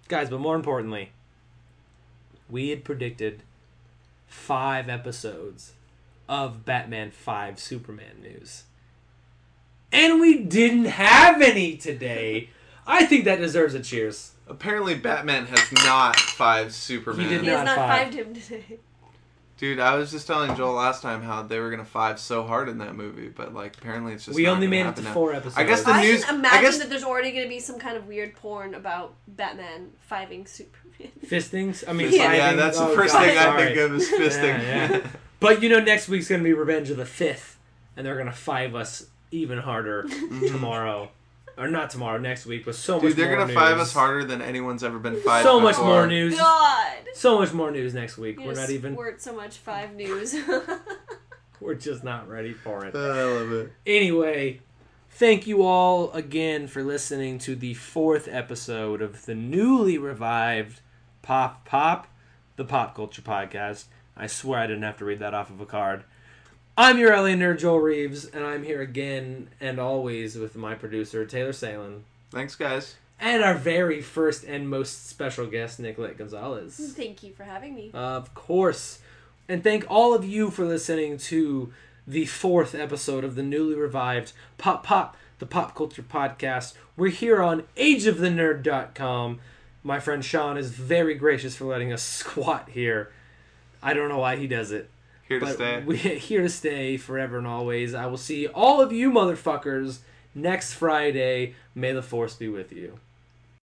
Speaker 1: guys. But more importantly, we had predicted five episodes of Batman Five Superman news, and we didn't have any today. I think that deserves a cheers.
Speaker 2: *laughs* Apparently, Batman has not five Superman.
Speaker 1: He did
Speaker 3: he has
Speaker 1: Not
Speaker 3: not
Speaker 1: five.
Speaker 3: fived him today.
Speaker 2: Dude, I was just telling Joel last time how they were gonna five so hard in that movie, but like apparently it's just
Speaker 1: we
Speaker 2: not
Speaker 1: only
Speaker 2: gonna
Speaker 1: made it to
Speaker 2: happen now.
Speaker 1: four episodes.
Speaker 2: I guess the
Speaker 3: I
Speaker 2: news-
Speaker 3: can
Speaker 2: I
Speaker 3: imagine
Speaker 2: guess-
Speaker 3: that there's already going to be some kind of weird porn about Batman fiving Superman.
Speaker 1: fistings. I mean,
Speaker 3: Yeah.
Speaker 1: five
Speaker 2: *laughs* Yeah,
Speaker 1: things.
Speaker 2: that's the
Speaker 1: Oh,
Speaker 2: first
Speaker 1: God,
Speaker 2: thing I
Speaker 1: sorry.
Speaker 2: think of is fisting. *laughs*
Speaker 1: Yeah, yeah. But you know, next week's gonna be Revenge of the Fifth, and they're gonna five us even
Speaker 2: *laughs*
Speaker 1: harder tomorrow, or not tomorrow, next week. With so much,
Speaker 2: Mm-hmm. Dude, they're
Speaker 1: more
Speaker 2: gonna
Speaker 1: news.
Speaker 2: five us harder than anyone's ever been five.
Speaker 1: So much
Speaker 2: before.
Speaker 1: more news.
Speaker 3: *laughs* God.
Speaker 1: So much more news next week.
Speaker 3: You
Speaker 1: We're not
Speaker 3: just
Speaker 1: even.
Speaker 3: squirt so much five news. *laughs*
Speaker 1: *laughs* We're just not ready for it.
Speaker 2: Uh, I love it.
Speaker 1: Anyway, thank you all again for listening to the fourth episode of the newly revived Pop Pop, the Pop Culture Podcast. I swear I didn't have to read that off of a card. I'm your LA nerd, Joel Reeves, and I'm here again and always with my producer, Taylor Salen,
Speaker 2: Thanks, guys.
Speaker 1: and our very first and most special guest, Nicolette Gonzalez.
Speaker 3: Thank you for having me.
Speaker 1: Of course. And thank all of you for listening to the fourth episode of the newly revived Pop Pop, the Pop Culture Podcast. We're here on ageofthenerd.com. My friend Sean is very gracious for letting us *laughs* squat here. I don't know why he does it.
Speaker 2: Here to
Speaker 1: But
Speaker 2: stay.
Speaker 1: we're *laughs* here to stay forever and always. I will see all of you motherfuckers next Friday. May the force be with you.